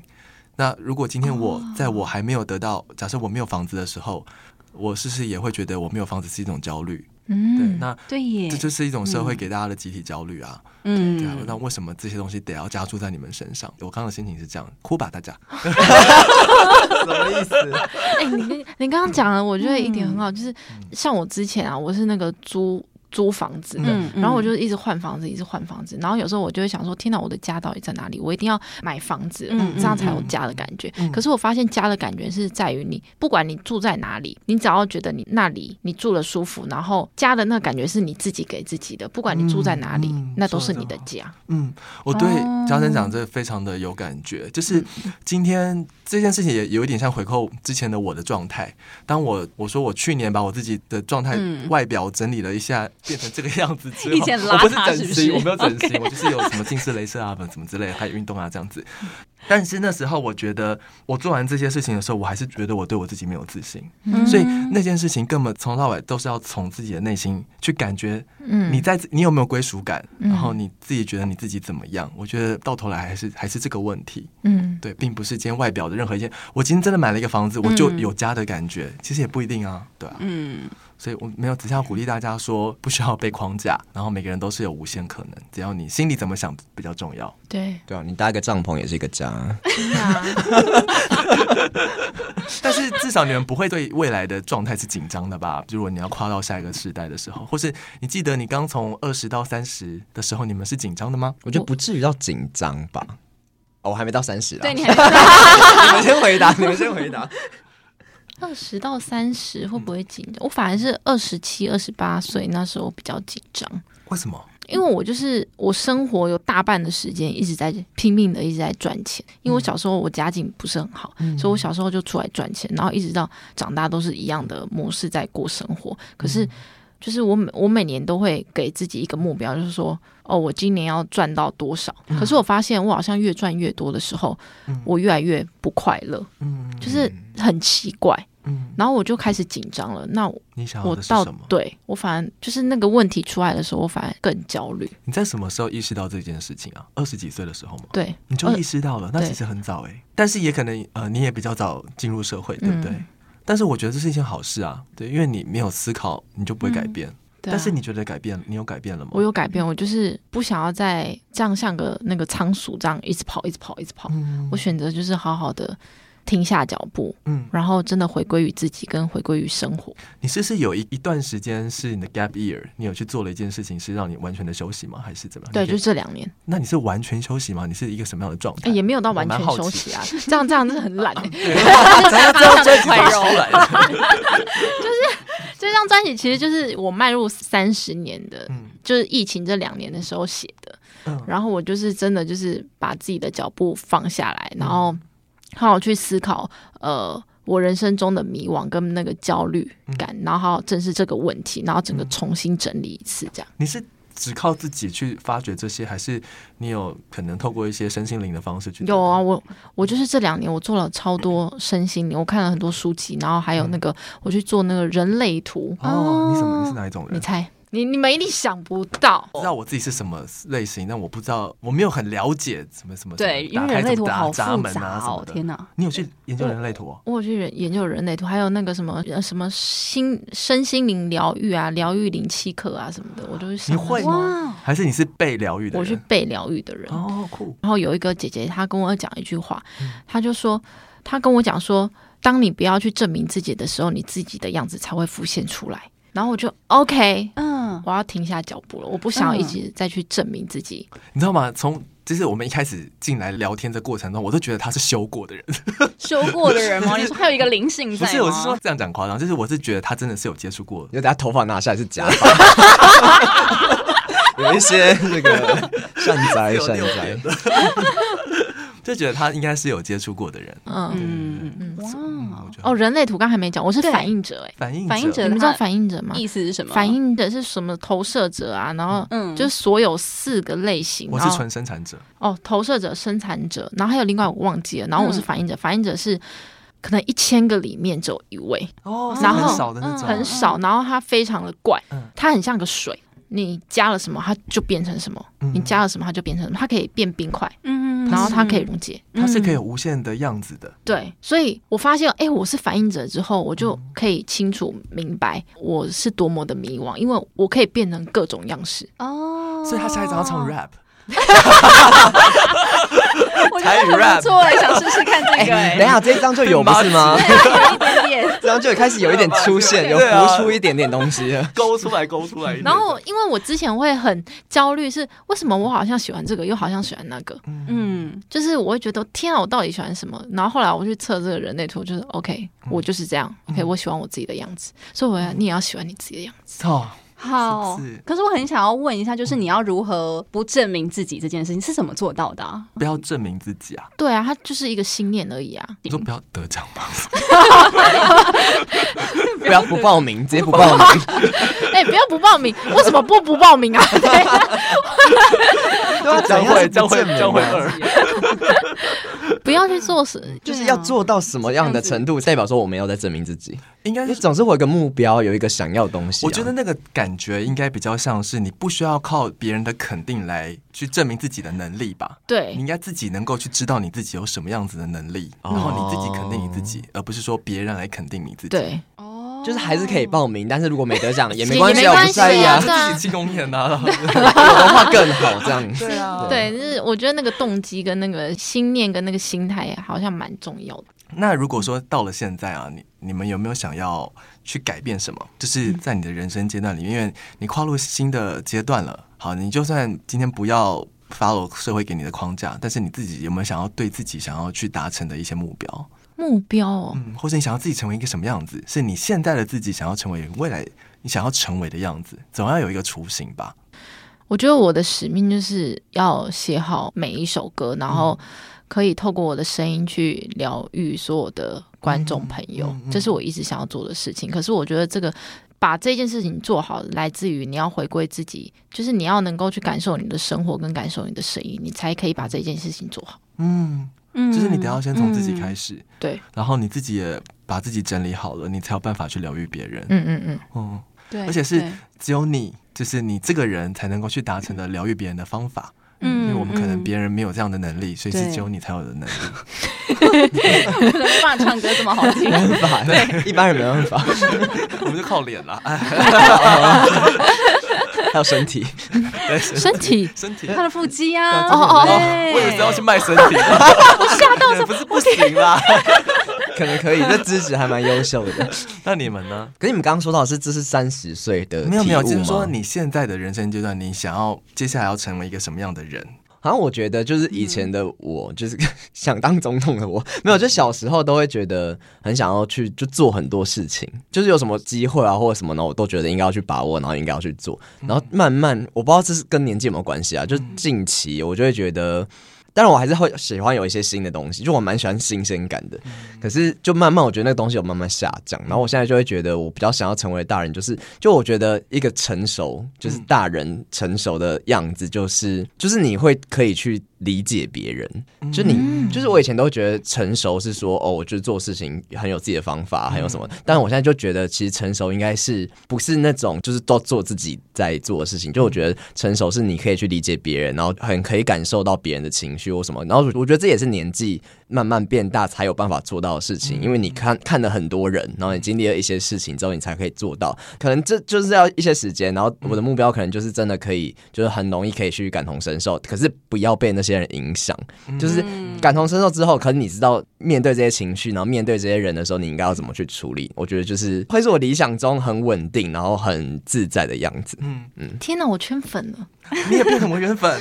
B: 那如果今天我在我还没有得到，假设我没有房子的时候，我是不是也会觉得我没有房子是一种焦虑？对，
A: 嗯，
B: 那
E: 对耶
B: 这，就是一种社会给大家的集体焦虑啊。对啊，
E: 嗯，
B: 那为什么这些东西得要加注在你们身上？我刚刚的心情是这样，哭吧大家。
C: 什么意思？
A: *laughs* 哎、你你你刚刚讲了，我觉得一点
B: 嗯
A: 很好，就是像我之前啊，我是那个租租房子的，
E: 嗯嗯
A: 然后我就一直换房子，一直换房子，然后有时候我就会想说，天哪，我的家到底在哪里？我一定要买房子，
E: 嗯
A: 嗯，这样才有家的感觉。可是我发现家的感觉是在于你，不管你住在哪里，你只要觉得你那里你住了舒服，然后家的那个感觉是你自己给自己的，不管你住在哪里，
B: 嗯嗯
A: 那都是
B: 说得
A: 你的
B: 好
A: 家。
B: 嗯，我对
E: 哦
B: 嘉诚讲这非常的有感觉，就是
E: 嗯
B: 今天这件事情也有一点像回扣之前的我的状态。当我我说我去年把我自己的状态
E: 嗯
B: 外表整理了一下，变成这个样子之后，
E: 以前邋遢
B: 我不是整形，
E: 是不是
B: 我没有整形，我就是有什么近视、雷射啊，什么之类的，还有运动啊这样子。但是那时候我觉得我做完这些事情的时候，我还是觉得我对我自己没有自信，
A: 嗯
B: 所以那件事情根本从头到尾都是要从自己的内心去感觉
A: 嗯，
B: 你在你有没有归属感？
A: 嗯
B: 然后你自己觉得你自己怎么样？我觉得到头来还是还是这个问题，
A: 嗯
B: 对，并不是今天外表的任何一件。我今天真的买了一个房子，我
A: 嗯
B: 就有家的感觉，其实也不一定啊，对啊。
E: 嗯，
B: 所以我没有只想鼓励大家说不需要被框架，然后每个人都是有无限可能，只要你心里怎么想比较重要。
A: 对，
C: *laughs* 对啊，你搭一个帐篷也是一个家。
A: 真的啊。
B: 但是至少你们不会对未来的状态是紧张的吧？如果你要跨到下一个时代的时候，或是你记得你刚从二十到三十的时候，你们是紧张的吗？
C: 我觉得不至于到紧张吧。哦，我还没到三十啊。
E: 对你
C: 你
E: *laughs* 还
C: 们先
B: *laughs*
C: 回答，你们先回答。
A: 二十到三十会不会紧张？我反而是二十七、二十八岁那时候比较紧张，
B: 为什么？
A: 因为我就是我生活有大半的时间一直在拼命的一直在赚钱，因
B: 嗯
A: 为我小时候我家境不是很好，所以我小时候就出来赚钱，然后一直到长大都是一样的模式在过生活。可
B: 嗯
A: 是就是我每我每年都会给自己一个目标，就是说哦，我今年要赚到多少。
B: 嗯
A: 可是我发现我好像越赚越多的时候，我越来越不快乐，
B: 嗯，
A: 就是很奇怪。
B: 嗯，
A: 然后我就开始紧张了。那
B: 你想要
A: 我
B: 的是
A: 到
B: 什么？
A: 对我反而就是那个问题出来的时候，我反而更焦虑。
B: 你在什么时候意识到这件事情啊？二十几岁的时候吗？
A: 对，
B: 你就
A: 呃
B: 意识到了，那
A: 对
B: 其实很早哎、但是也可能呃，你也比较早进入社会，对不对？
A: 嗯
B: 但是我觉得这是一件好事啊，对，因为你没有思考，你就不会改变。
A: 对啊
B: 但是你觉得改变，你有改变了吗？
A: 我有改变，我就是不想要再这样像个那个仓鼠这样一直跑，一直跑，一直跑。
B: 嗯，
A: 我选择就是好好的停下脚步，
B: 嗯，
A: 然后真的回归于自己，跟回归于生活。
B: 你是不是有一一段时间是你的 gap year，你有去做了一件事情，是让你完全的休息吗？还是怎么样？
A: 对，
B: 你可
A: 就
B: 以
A: 这两年、
B: 那你是完全休息吗？你是一个什么样的状态？
A: 哎也没有到
B: 我
A: 完
B: 蛮
A: 全
B: 好
A: 休
B: 奇
A: 息啊，这样这样是很
B: *laughs*
A: 懒、欸。
C: 咱这
E: *laughs*
C: 样这块肉
A: *laughs* 这张专辑其实就是我迈入三十年的，
B: 嗯
A: 就是疫情这两年的时候写的。
B: 嗯
A: 然后我就是真的就是把自己的脚步放下来，然
B: 嗯
A: 后好好去思考，呃，我人生中的迷惘跟
B: 嗯
A: 那个焦虑感，然后好好正视这个问题，然后整个重新整理一次，这样。
B: 你是只靠自己去发掘这些，还是你有可能透过一些身心灵的方式去？
A: 有啊，，我我就是这两年我做了超多身心灵，我看了很多书籍，然后还
B: 嗯
A: 有那个、我去做那个人类图，
B: 哦，你怎么你是哪一种
A: 你
B: 人？
A: 猜，你你们一定想不
B: *laughs*
A: 到，
B: 知道我自己是什么类型，但我不知道，我没有很了解什么什么。
E: 对，
B: 什
E: 因
B: 么打
E: 为
B: 开
E: 人类
B: 什
E: 图
B: 么
E: 好
B: 大闸
E: 复
B: 门啊
E: 杂
B: 什么
E: 哦，
B: 的。
E: 天哪！
B: 你有去研究人类图哦？
A: 我有去研研究人类图，还有那个什么呃什么心身心灵疗愈啊，疗愈灵气课啊什么的，我都是上
B: 你会
A: 那些
B: 吗？还是你是被疗愈的人？
A: 我去被疗愈的人。
B: 哦，嗯酷，
A: 然后有一个姐姐，她跟我讲一句话，她就说，她跟我讲说，当你不要去证明自己的时候，你自己的样子才会浮现出来。然后我就 OK，
E: 嗯，
A: 我要停下脚步了，我不想要
E: 嗯
A: 一直再去证明自己。
B: 你知道吗？从就是我们一开始进来聊天的过程中，我都觉得他是修过的人。
E: 修过的人吗？你说还有一个灵性
B: 不
E: 在
B: 是，
E: 吗？
B: 我是说这样讲夸张，就是我是觉得他真的是有接触过
C: 就等下头发拿下来是
B: *laughs*
C: 假发，有一些那个
B: *laughs*
C: 善哉善哉。
B: 就觉得他应该是有接触过的人。
A: 嗯，
E: 嗯嗯，
B: 嗯，
E: 哇
B: 我，觉得
A: 哦，人类图刚还没讲，我是
E: 对
A: 反应者哎、
B: 反应
E: 反应者
A: 你们知道反应者吗？
E: 意思是什么？
A: 反映的是什么投射者啊，然后
E: 嗯
A: 就是所有四个类型，
B: 我
A: 然
B: 是
A: 后
B: 纯生产者，
A: 哦投射者、生产者，然后还有另外我忘记了，然后我是
E: 嗯
A: 反映者，反映者是可能一千个里面只有一位，
B: 哦
A: 然后
B: 很少的那种，
E: 嗯
A: 很少，然后它非常的怪
B: 嗯，
A: 它很像个水。你加了什么，它就变成什么；
B: 嗯
A: 你加了什么，它就变成什么。它可以变冰块，
E: 嗯，
A: 然后它可以溶解。
B: 它是可以有无限的样子的。
A: 对，所以我发现，哎、我是反应者之后，我就可
E: 嗯
A: 以清楚明白我是多么的迷惘，因为我可以变成各种样式。嗯
E: 哦，
B: 所以他下一张要唱 rap，
E: 我觉得很不错哎，想试试看这个
C: 等
E: 哎
C: 一，下这一张就有不是吗？
E: 有一点点，
C: 这张就开始有一点出现，有
B: 对啊
C: 浮出一点点东西了。
B: 勾出来，勾出来。
A: 然后，因为我之前会很焦虑，是为什么我好像喜欢这个，又好像喜欢那个，
E: 嗯，
A: 就是我会觉得天啊，我到底喜欢什么？然后后来我去测这个人类图，就是 OK，我就是这样、o k 我喜欢我自己的样子，所以我要你也要喜欢你自己的样子。
B: 操，
E: 好
B: 是不是。
E: 可是我很想要问一下，就是你要如何不证明自己这件事情是怎么做到的啊？
B: 不要证明自己啊！
A: 对啊，它就是一个信念而已啊。 *laughs*
B: 你说不要得奖吗？
C: 不要不报名，直接不报 *laughs* 名。
A: 哎、不要不报名，为什么不不报名啊？对啊
C: 对
B: 教
C: 啊，怎样
B: 会
C: 是
B: 教
C: 不
B: 会
C: 证明啊
B: 教会二，
A: 不要去做事，
C: 就是要做到什么样的程度，代表说我们要在证明自己。
B: 应该
C: 你
B: 是。
C: 总是会有一个目标，有一个想要的东西啊。
B: 我觉得那个感觉应该比较像是你不需要靠别人的肯定来去证明自己的能力吧？你
A: 对哦
B: 应该自己能够去知道你自己有什么样子的能力，然后你自己肯定你自己，而不是说别人来肯定你自己。，
A: 对，
E: 哦
C: 就是还是可以报名，但是如果没得奖也没
A: 也
C: 关系啊，
A: 没
C: 我
A: 关
C: 不
A: 系
C: 在意啊
A: 啊，
B: 自
A: 对啊
B: 己庆功宴啊，然后
C: 有的话更好这样。
B: 对啊。
A: 对，就是我觉得那个动机跟那个心念跟那个心态好像蛮重要的。
B: *laughs* 那如果说到了现在啊，你你们有没有想要去改变什么？就是在你的人生阶段里面，因为你跨入新的阶段了，好，你就算今天不要 follow 社会给你的框架，但是你自己有没有想要对自己想要去达成的一些目标？
A: 目标哦，
B: 嗯，或者你想要自己成为一个什么样子？是你现在的自己想要成为未来你想要成为的样子，总要有一个雏形吧？
A: 我觉得我的使命就是要写好每一首歌，然后
B: 嗯
A: 可以透过我的声音去疗愈所有的观众朋友，
B: 嗯嗯嗯
A: 这是我一直想要做的事情。可是我觉得这个。把这件事情做好，来自于你要回归自己，就是你要能够去感受你的生活，跟感受你的声音，你才可以把这件事情做好。
B: 嗯，就是你得要先从自己开始，
A: 对，
B: 然后你自己也把自己整理好了，你才有办法去疗愈别人。
A: 嗯嗯嗯，
B: 嗯。
E: 对
B: 而且是
E: 对
B: 只有你，就是你这个人才能够去达成的疗愈别人的方法，因
E: 嗯
B: 为我们可能
E: 嗯
B: 别人没有这样的能力，所以是
E: 对
B: 只有你才有的能力。
E: 可能没办法唱歌这么好听
C: 没。
B: *laughs*
C: 办法， *laughs* 一般人没办法，
B: 我们就靠脸啦，哎，
C: 还有身体。
A: 身体
B: 身体。
E: 他的腹肌啊，
A: 哦哦
E: 对
B: 我以为是要去卖身体，我吓 *laughs* 到不是不行啦。
C: 可能可以，这资质还蛮优秀的。
B: 那你们呢？
C: 可是你们刚刚说到的是这是三十岁的
B: 没有没有，
C: 体
B: 就
C: 悟
B: 是说
C: 吗
B: 你现在的人生阶段，你想要接下来要成为一个什么样的人？
C: 好像我觉得就是以前的我，就是 *laughs* 想当总统的我，没有，就小时候都会觉得很想要去就做很多事情，就是有什么机会啊或者什么呢，我都觉得应该要去把握，然后应该要去做。
B: 嗯
C: 然后慢慢，我不知道这是跟年纪有没有关系啊，就近期我就会觉得。当然，我还是会喜欢有一些新的东西，就我蛮喜欢新鲜感的。可是就慢慢，我觉得那个东西有慢慢下降。然后我现在就会觉得，我比较想要成为大人，就是就我觉得一个成熟，就是大人成熟的样子，就是就是你会可以去理解别人，就你就是我以前都觉得成熟是说哦，我就是做事情很有自己的方法，很有什么。但我现在就觉得，其实成熟应该是不是那种就是都做自己在做的事情。就我觉得成熟是你可以去理解别人，然后很可以感受到别人的情绪或什么。然后我觉得这也是年纪慢慢变大才有办法做到的事
A: 嗯
C: 情，因为你看看了很多人，然后你经历了一些事情之后，你才可以做到。可能这就是要一些时间。然后我的目标可能就是真的可以，就是很容易可以去感同身受，可是不要被那些人影响。
A: 嗯
C: 就是感同身受之后，可是你知道面对这些情绪，然后面对这些人的时候，你应该要怎么去处理？我觉得就是会是我理想中很稳定，然后很自在的样子。
B: 嗯，
A: 天哪，我圈粉了！
B: 你也变成文员粉，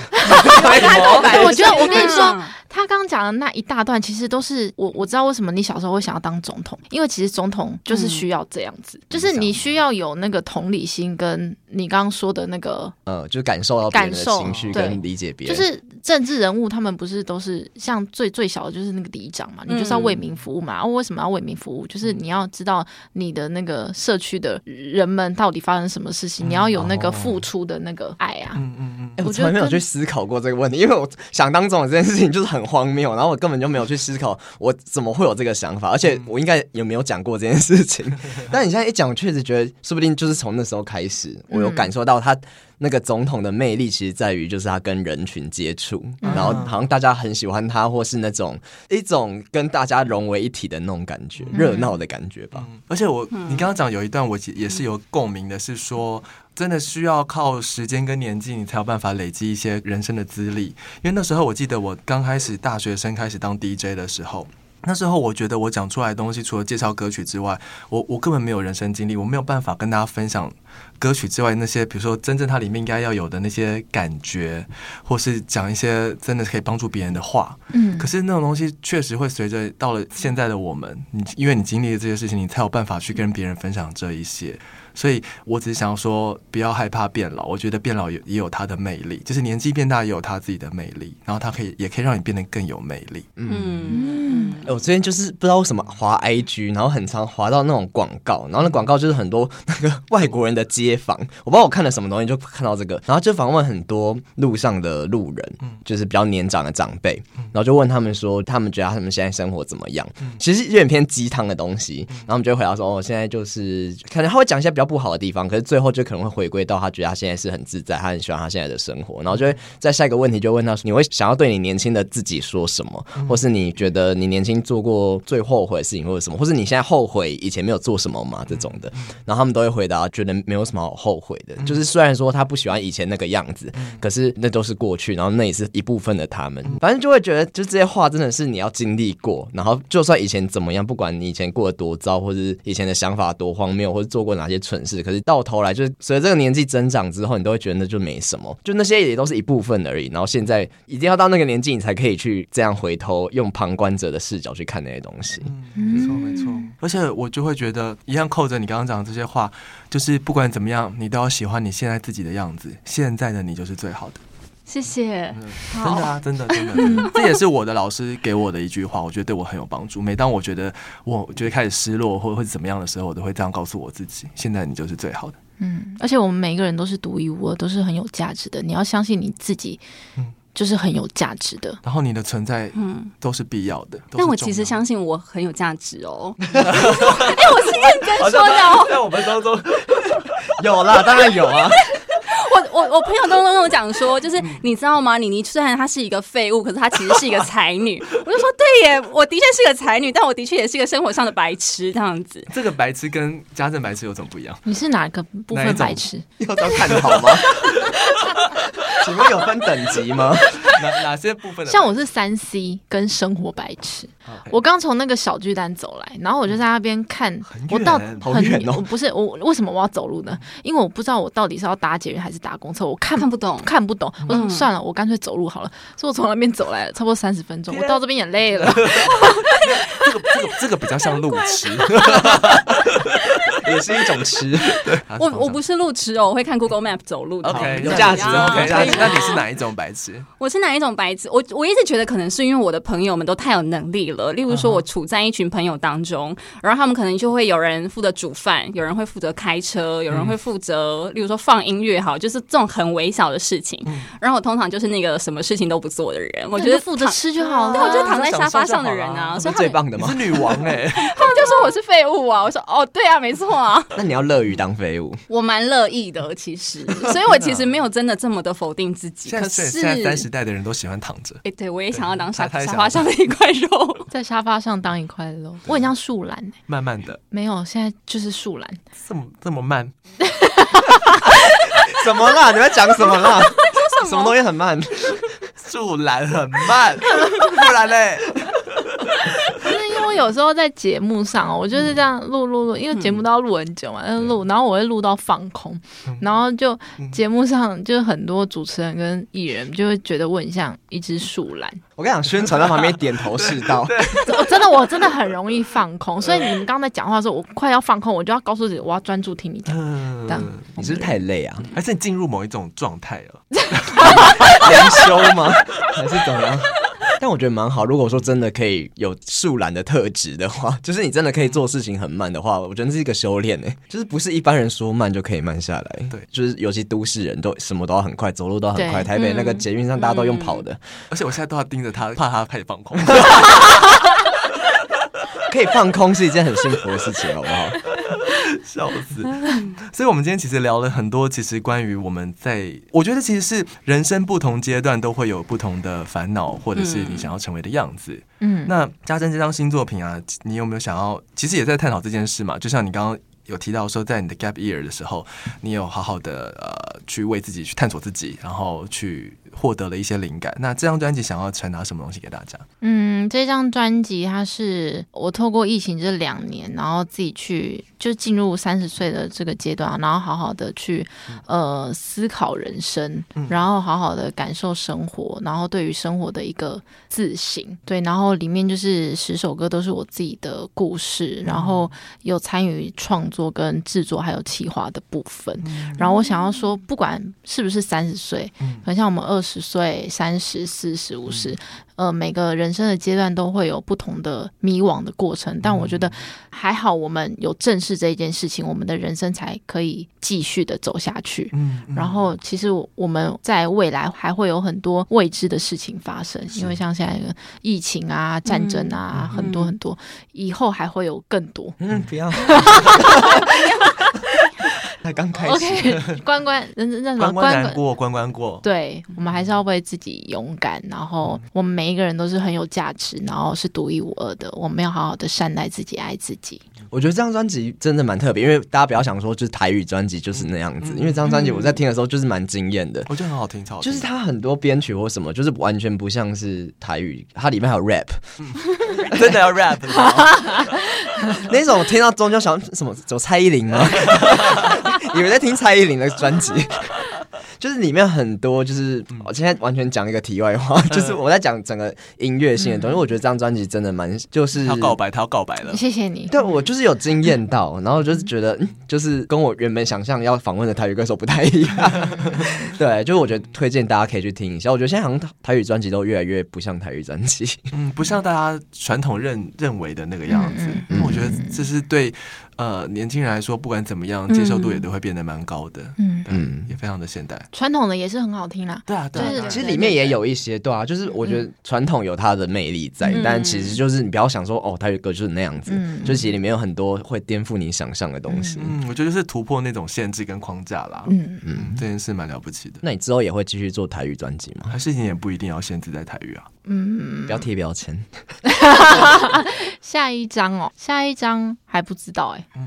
A: 我觉得我跟你说
E: 嗯，
A: 他刚刚讲的那一大段，其实都是我我知道为什么你小时候会想要当总统，因为其实总统就是需要这样子，就是你需要有那个同理心，跟你刚刚说的那个，
C: 呃，就感受到别人的
A: 感受
C: 情绪
A: 对
C: 跟理解别
A: 就
C: 人，
A: 是政治人物他们不是都是像最最小的就是那个里长嘛，你就是要为民服务嘛，啊，为什么要为民服务？就是你要知道你的那个社区的人们到底发生什么事情，你要有那个付出的那个爱啊，
B: 嗯嗯嗯，
C: 哎我
A: 我觉
C: 从
A: 得
C: 来没有
A: 跟
C: 去思考过这个问题，因为我想当总统这件事情就是很荒谬，然后我根本就没有去思考我怎么会有这个想法，而
A: 嗯
C: 且我应该也没有讲过这件事情。 *laughs* 但你现在一讲，我确实觉得，说不定就是从那时候开始，我有
A: 嗯
C: 感受到他那个总统的魅力，其实在于就是他跟人群接触，
A: 嗯
C: 然后好像大家很喜欢他，或是那种一种跟大家融为一体的那种感觉，
A: 嗯
C: 热闹的感觉吧。
B: 而且我，你刚刚讲有一段我也也是有共鸣的，是说真的需要靠时间跟年纪，你才有办法累积一些人生的资历。因为那时候我记得我刚开始大学生开始当 DJ 的时候。那时候我觉得我讲出来的东西，除了介绍歌曲之外，我我根本没有人生经历，我没有办法跟大家分享歌曲之外那些，比如说真正它里面应该要有的那些感觉，或是讲一些真的可以帮助别人的话。
A: 嗯
B: 可，是那种东西确实会随着到了现在的我们，你因为你经历了这些事情，你才有办法去跟别人分享这一些。所以我只是想说，不要害怕变老。我觉得变老也也有它的魅力，就是年纪变大也有它自己的魅力，然后它可以也可以让你变得更有魅力。
E: 嗯，
A: 嗯，
C: 哎我之前就是不知道为什么滑 IG，然后很常滑到那种广告，然后那广告就是很多那个外国人的街访，我不知道我看了什么东西就看到这个，然后就访问很多路上的路人，就是比较年长的长辈，然后就问他们说他们觉得他们现在生活怎么样，其实有点偏鸡汤的东西，然后我们就会回答说哦，现在就是可能他会讲一些比较不好的地方，可是最后就可能会回归到他觉得他现在是很自在，他很喜欢他现在的生活，然后就会在下一个问题就问他说你会想要对你年轻的自己说什么，或是你觉得你年轻做过最后悔的事情或者什么，或是你现在后悔以前没有做什么吗这种的，然后他们都会回答觉得没有什么好后悔的，就是虽然说他不喜欢以前那个样子，可是那都是过去，然后那也是一部分的他们。反正就会觉得，就这些话真的是你要经历过，然后就算以前怎么样，不管你以前过得多糟，或者是以前的想法多荒谬，或者做过哪些蠢事，可是到头来就是随着这个年纪增长之后，你都会觉得那就没什么，就那些也都是一部分而已。然后现在一定要到那个年纪，你才可以去这样回头用旁观者的视角去看那些东西。
B: 嗯没错没错。而且我就会觉得，一样扣着你刚刚讲的这些话，就是不管怎么样，你都要喜欢你现在自己的样子，现在的你就是最好的。
E: 谢谢。
B: 真的
E: 好，
B: 啊，真的，
E: *laughs*
B: 真的，真
C: 嗯
B: 的，这也是我的老师给我的一句话，我觉得对我很有帮助。每当我觉得我觉得开始失落或或者怎么样的时候，我都会这样告诉我自己：现在你就是最好的。
A: 而且我们每一个人都是独一无二，都是很有价值的。你要相信你自己，就是很有价值的。
B: 然后你的存在
E: 嗯，
B: 都是必要的。都是
E: 但我
B: 重
E: 其
B: 要
E: 实
B: 的
E: 相信我很有价值哦。哎，我是认真说的
C: *laughs*
E: 哦。
C: 在我们当中有啦，当然有啊。
E: *laughs* 我我我朋友都跟我讲说，就是你知道吗？妮妮虽然她是一个废物，可是她其实是一个才女。我就说对耶，我的确是个才女，但我的确也是个生活上的白痴这样子。
B: 这个白痴跟家政白痴有什么不一
E: *laughs*
B: 样？
A: 你是哪个部
B: 哪一
A: 分
B: 种
A: 白痴？
C: 要当探讨
B: *laughs*
C: 吗？请问有分等级吗？
B: 哪哪些部分的？哎
A: 像我是三 C 跟生活白痴。我刚从那个小巨蛋走来，然后我就在那边看，我到
B: 远
C: 好远哦
A: 我不是我为什么我要走路呢？因为我不知道我到底是要搭捷运还是搭公车，我看
E: 看不懂
A: 看不懂。嗯我说算了，我干脆走路好了。所以我从那边走来了，差不多三十分
B: 啊
A: 钟，我到这边也 *laughs* 累了。
E: *laughs*
B: 这个这个这个比较像路痴，
C: 也是一种吃。 *laughs*
E: 我我不是路痴哦，我会看 Google Map 走路的。
B: OK，
C: 有价值
E: 啊
B: ，OK，那
C: 有价
B: 你
C: 值
B: 那你是哪一种白痴？
E: 我是哪一种白痴？我我一直觉得可能是因为我的朋友们都太有能力了。例如说，我处在一群朋友当中，然后他们可能就会有人负责煮饭，有人会负责开车，有人会负责，例如说放音乐，好，就是这种很微小的事情。然后我通常就是那个什么事情都不做的人，我
A: 我
E: 觉
A: 觉
E: 得
A: 得啊负责吃就好了。
E: 对，我就躺在沙发上的人啊，
C: 那
E: 所
C: 是
E: 以他
C: 最
E: 们
C: 棒的
B: 你
C: 吗
B: 是？女王哎，
E: 他们就说我是废物啊。我说哦，对啊，没错啊，
C: 那你要乐于当废物，
E: *laughs* 我蛮乐意的，其 *laughs* 实，所以我其实没有真的这么的否定自己。
B: 现
E: 可
B: 在
E: 是
B: 现在三十代的人都喜欢躺着。
E: 哎、对我也想要当沙
B: 他他也
E: 沙
B: 想
E: 发上的一块肉。
A: 在沙发上当一块
B: 啊
A: 肉，我很像树懒、欸，
B: 慢慢的，
A: 没有，现在就是树懒。
B: 这么这么慢，
C: *laughs* 什么啦？你们在讲什么啦？什么东西很慢？
B: 树懒很慢，不然嘞，
A: 不是因为我有时候在节目上哦，我
C: 嗯
A: 就是这样录录录，因为节目都要录很久嘛，要录，然后我会录到放空，
C: 嗯
A: 然后就节目上就很多主持人跟艺人就会觉得我很像一只树懒，
C: 我跟你讲，宣传在旁边点头是道，
A: 我真的我真的很容易放空，所以
C: 嗯
A: 你们刚才讲话的时候，我快要放空，我就要告诉自己我要专注听你讲。
B: 嗯
A: 当
C: 你是不是太累啊？
B: 还是你进入某一种状态了？
C: 连休吗？还是怎么样？但我觉得蛮好。如果说真的可以有树懒的特质的话，就是你真的可以做事情很慢的话，我觉得这是一个修炼诶、欸就是不是一般人说慢就可以慢下来。
B: 对
C: 就是尤其都市人都什么都要很快，走路都要很快。
A: 对
C: 台北那个
E: 嗯
C: 捷运上大家都用跑的，
B: 而且我现在都要盯着他，怕他开始放空。
C: 可以放空是一件很幸福的事情，好不好？
B: 笑
A: *laughs*
B: 死！所以，我们今天其实聊了很多，其实关于我们在，我觉得其实是人生不同阶段都会有不同的烦恼，或者是你想要成为的样子。
A: 嗯，
B: 那家珍这张新作品啊，你有没有想要？其实也在探讨这件事嘛，就像你刚刚。有提到说，在你的 gap year 的时候，你有好好的呃去为自己去探索自己，然后去获得了一些灵感。那这张专辑想要传达什么东西给大家？
A: 嗯，这张专辑它是我透过疫情这两年，然后自己去就进入三十岁的这个阶段，然后好好的去呃思考人生，然后好好的感受生活，然后对于生活的一个自省。对，然后里面就是十首歌都是我自己的故事，然后有参与创作跟制作还有企划的部分。然后我想要说，不管是不是三十岁，很像我们二十岁、三十、四十、五十，呃，每个人生的阶段都会有不同的迷惘的过程，但我觉
B: 嗯
A: 得还好，我们有正视这一件事情，我们的人生才可以继续的走下去。
B: 嗯，
A: 然后，其实我我们在未来还会有很多未知的事情发生，因为像现在的疫情
B: 嗯
A: 啊、战争啊，很多很多，以后还会有更多。
C: 嗯，不
A: *laughs*
C: 要。才刚开始
A: OK，关嗯关，那那那什么
B: 关关难过，关关过。
A: 对，我们还是要为自己勇敢，然后我们每一个人都是很有价值，然后是独一无二的，我们要好好的善待自己，爱自己。
C: *laughs* 我觉得这张专辑真的蛮特别，因为大家不要想说就是台语专辑就是那样子，因为这张专辑我在听的时候就是蛮惊艳的，
B: 我觉得很好听，超好听
C: 就是它很多编曲或什么，就是完全不像是台语，它里面还有 rap， *laughs*
B: 真的要 rap 了。
C: 那种听到中间想什么走蔡依林吗？ *laughs* 以为在听蔡依林的专辑。 *laughs* 就是里面很多，就是我现在完全讲一个题外话，就是我在讲整个音乐性的东西。我觉得这张专辑真的蛮，就是
B: 他要告白，他要告白
A: *laughs*
B: 了。
A: 谢谢你。
C: *laughs* 对我就是有惊艳到，然后就是觉得，嗯就是跟我原本想象要访问的台语歌手不太一样。 *laughs* 对，就是我觉得推荐大家可以去听一下。我觉得现在好像台台语专辑都越来越不像台语专辑，
B: 嗯，不像大家传统认认为的那个样子。
A: 嗯
B: 因为我觉得这是对呃年轻人来说，不管怎么样，接受度也都会变得蛮高的。
A: 嗯，
C: 嗯
B: 嗯，也非常的现代。
A: 传统的也是很好听啦。
B: *laughs* 对啊，对啊，
A: 就是
B: 对啊嗯
C: 其实里面也有一些，对啊，就是我觉得传统有它的魅力在，
E: 嗯
C: 但其实就是你不要想说哦，台语歌就是那样子，
A: 嗯
C: 就其实里面有很多会颠覆你想象的东西。
B: 嗯，我觉得是突破那种限制跟框架啦。
A: 嗯，
B: 嗯，这件事蛮了不起的。
C: 那你之后也会继续做台语专辑吗？
B: 还是你也不一定要限制在台语啊。
C: 不要贴标签。
A: 下一张哦，下一张还不知道哎、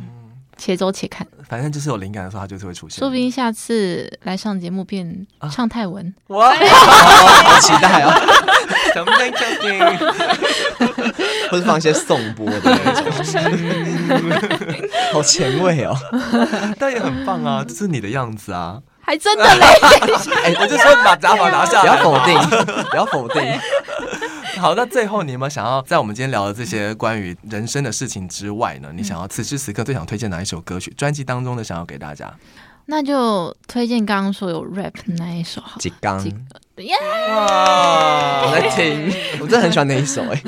A: 且走且看，
B: 反正就是有灵感的时候，它就是会出现。
A: 说不定下次来上节目变唱泰文。
B: 哇，
C: 好期待哦！
B: 想不想听
C: 或是放一些颂钵的那
B: *laughs*
C: 种，好前卫哦！
B: *laughs* 但也很棒啊，这是你的样子啊。
A: 还真的嘞，
B: 哎，我就说把打法拿下
C: 不要
B: 来。 *laughs*
C: 否定，不要否定。
B: 好，那最后你有没有想要在我们今天聊的这些关于人生的事情之外
E: 嗯
B: 呢？你想要此时此刻最想推荐哪一首歌曲？专辑当中的想要给大家？
A: 那就推荐刚刚说有 rap 那一首好了。
C: 几缸，
A: 几
C: 哇，
E: 哦
C: 我在听，我真的很喜欢那一首哎、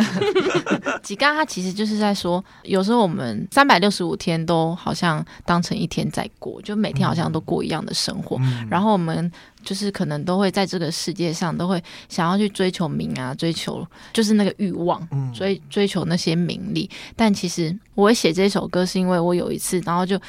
A: 吉刚他其实就是在说，有时候我们三百六十五天都好像当成一天在过，就每天好像都过一样的生活。
B: 嗯
A: 然后我们就是可能都会在这个世界上都会想要去追求名啊，追求就是那个欲望，
B: 嗯
A: 追追求那些名利。但其实我会写这首歌，是因为我有一次，然后就。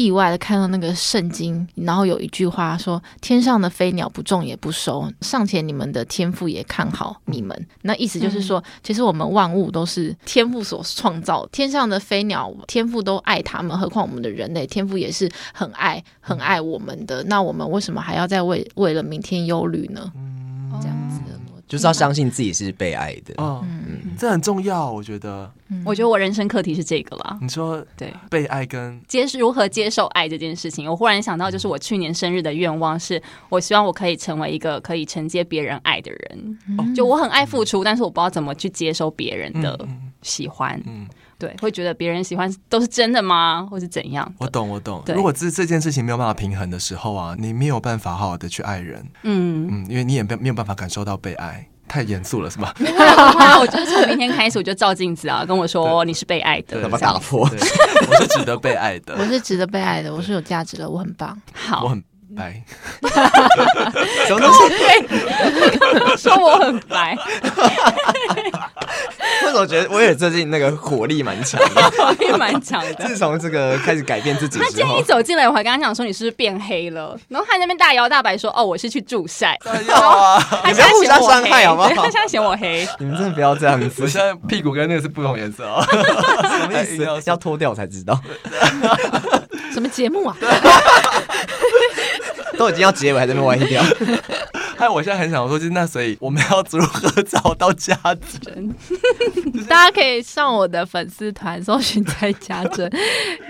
A: 意外的看到那个圣经，然后有一句话说：“天上的飞鸟不种也不收，尚且你们的天赋也看好你
B: 嗯
A: 们。”那意思就是说，其实我们万物都是天赋所创造，天上的飞鸟天赋都爱他们，何况我们的人类天赋也是很爱很爱我们的。那我们为什么还要再为为了明天忧虑呢？这样子的逻辑，
C: 就是要相信自己是被爱的。
B: 哦，嗯，这很重要，我觉得。
E: *laughs*
B: 嗯
E: 我觉得我人生课题是这个啦。
B: 你说
E: 对，
B: 被爱跟
E: 接受如何接受爱这件事情，我忽然想到，就是我去年生日的愿望是，我希望我可以成为一个可以承接别人爱的人。哦就我很爱付出，但是我不知道怎么去接收别人的
B: 嗯
E: 喜欢，
B: 嗯，嗯
E: 对，会觉得别人喜欢都是真的吗，或是怎样
B: 我
E: 的？
B: 懂我懂。
E: 对
B: 如果这这件事情没有办法平衡的时候啊，你没有办法好好的去爱人，
E: 嗯，
B: 嗯，因为你也没没有办法感受到被爱，太严肃了是吧？
E: 那我就是从明天开始，我就照镜子啊，跟我说你是被爱的，
C: 怎么打破？
B: 对，我是值得被爱
A: 我
B: 的，
A: 是值得被爱的，我是有价值的，我很棒。
E: 好
B: 我，很 *laughs* 白。
C: *laughs* 什么东西？
E: *laughs* 说我很白，
C: 为什么觉得我也最近那个火力蛮强的？
B: *laughs*
E: 我也蛮强
C: *laughs*
E: 的。
C: 自从这个开始改变自己
E: 他今
C: 之
E: 天一
C: 后，
E: 走进来，我还跟他讲说你是不是变黑了，然后他在那边大摇大摆说哦我是去驻
C: *laughs*
E: 晒，
B: 哎
E: 他
C: 你
B: 啊 *laughs*
C: 不要
E: 现在
C: 互
E: 嫌
C: 相
E: 我
C: 伤
E: 黑
C: 害好不
E: 对 *laughs* 他
C: 好
E: 现？在嫌我黑，
C: 你们真的不要这样子，
B: 我现在屁股跟那个是不同颜色哦。
C: 什么意
B: 硬要
C: 思？ *laughs* 要脱掉才知道，
A: 什么节目啊？ *laughs*
C: 都已经要结尾还在那边歪
B: *laughs*
C: 掉。
B: 哎，我现在很想说，就是那所以我们要如何 *laughs* 找到价值？
A: 大家可以上我的粉丝团搜寻蔡家
E: *laughs*
A: 珍，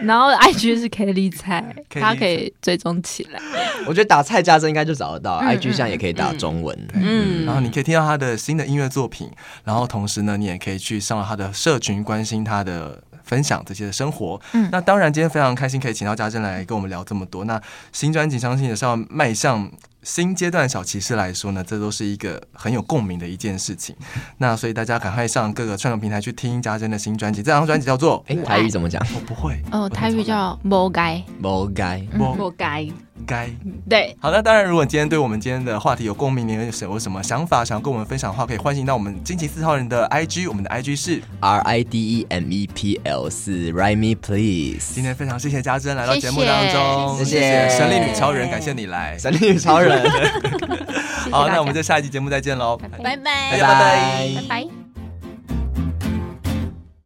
A: 然后 IG 是 Kelly 蔡，
B: Kelly
A: 大家可以追踪起来。
C: 我觉得打蔡家珍应该就找得到
A: 嗯
C: ，IG 上也可以打中文。
E: 嗯
B: 然后你可以听到他的新的音乐作品，然后同时呢，你也可以去上他的社群，关心他的。分享这些生活，
A: 嗯
B: 那当然，今天非常开心可以请到家珍来跟我们聊这么多。那新专辑相信也是要迈向新阶段，小骑士来说呢，这都是一个很有共鸣的一件事情。那所以大家赶快上各个串流平台去听家珍的新专辑，这张专辑叫做……
C: 哎，台语怎么讲？
B: 我不会，
A: 哦，台语叫嗯 m 该，
C: 不该。
B: 我
E: 我该
B: 该。
E: 对。
B: 好，那当然，如果今天对我们今天的话题有共鸣，你有什有什么想法想要跟我们分享的话，可以欢迎到我们惊奇四号人的 IG，我们的 IG 是。
C: R I D E M E P L 四 r i d e Me
B: 今
C: Please。
B: 天非常谢谢家珍来到
A: 谢谢
B: 节目当中，
C: 谢谢谢谢
B: 神力女超人，感谢你来。
C: 神力
B: *laughs*
C: 女超人，
A: 谢谢
B: 好，
A: 大
B: 那我们
A: 家
B: 就下一集节目再见喽，
A: 拜拜
B: 大家拜拜
A: 拜拜。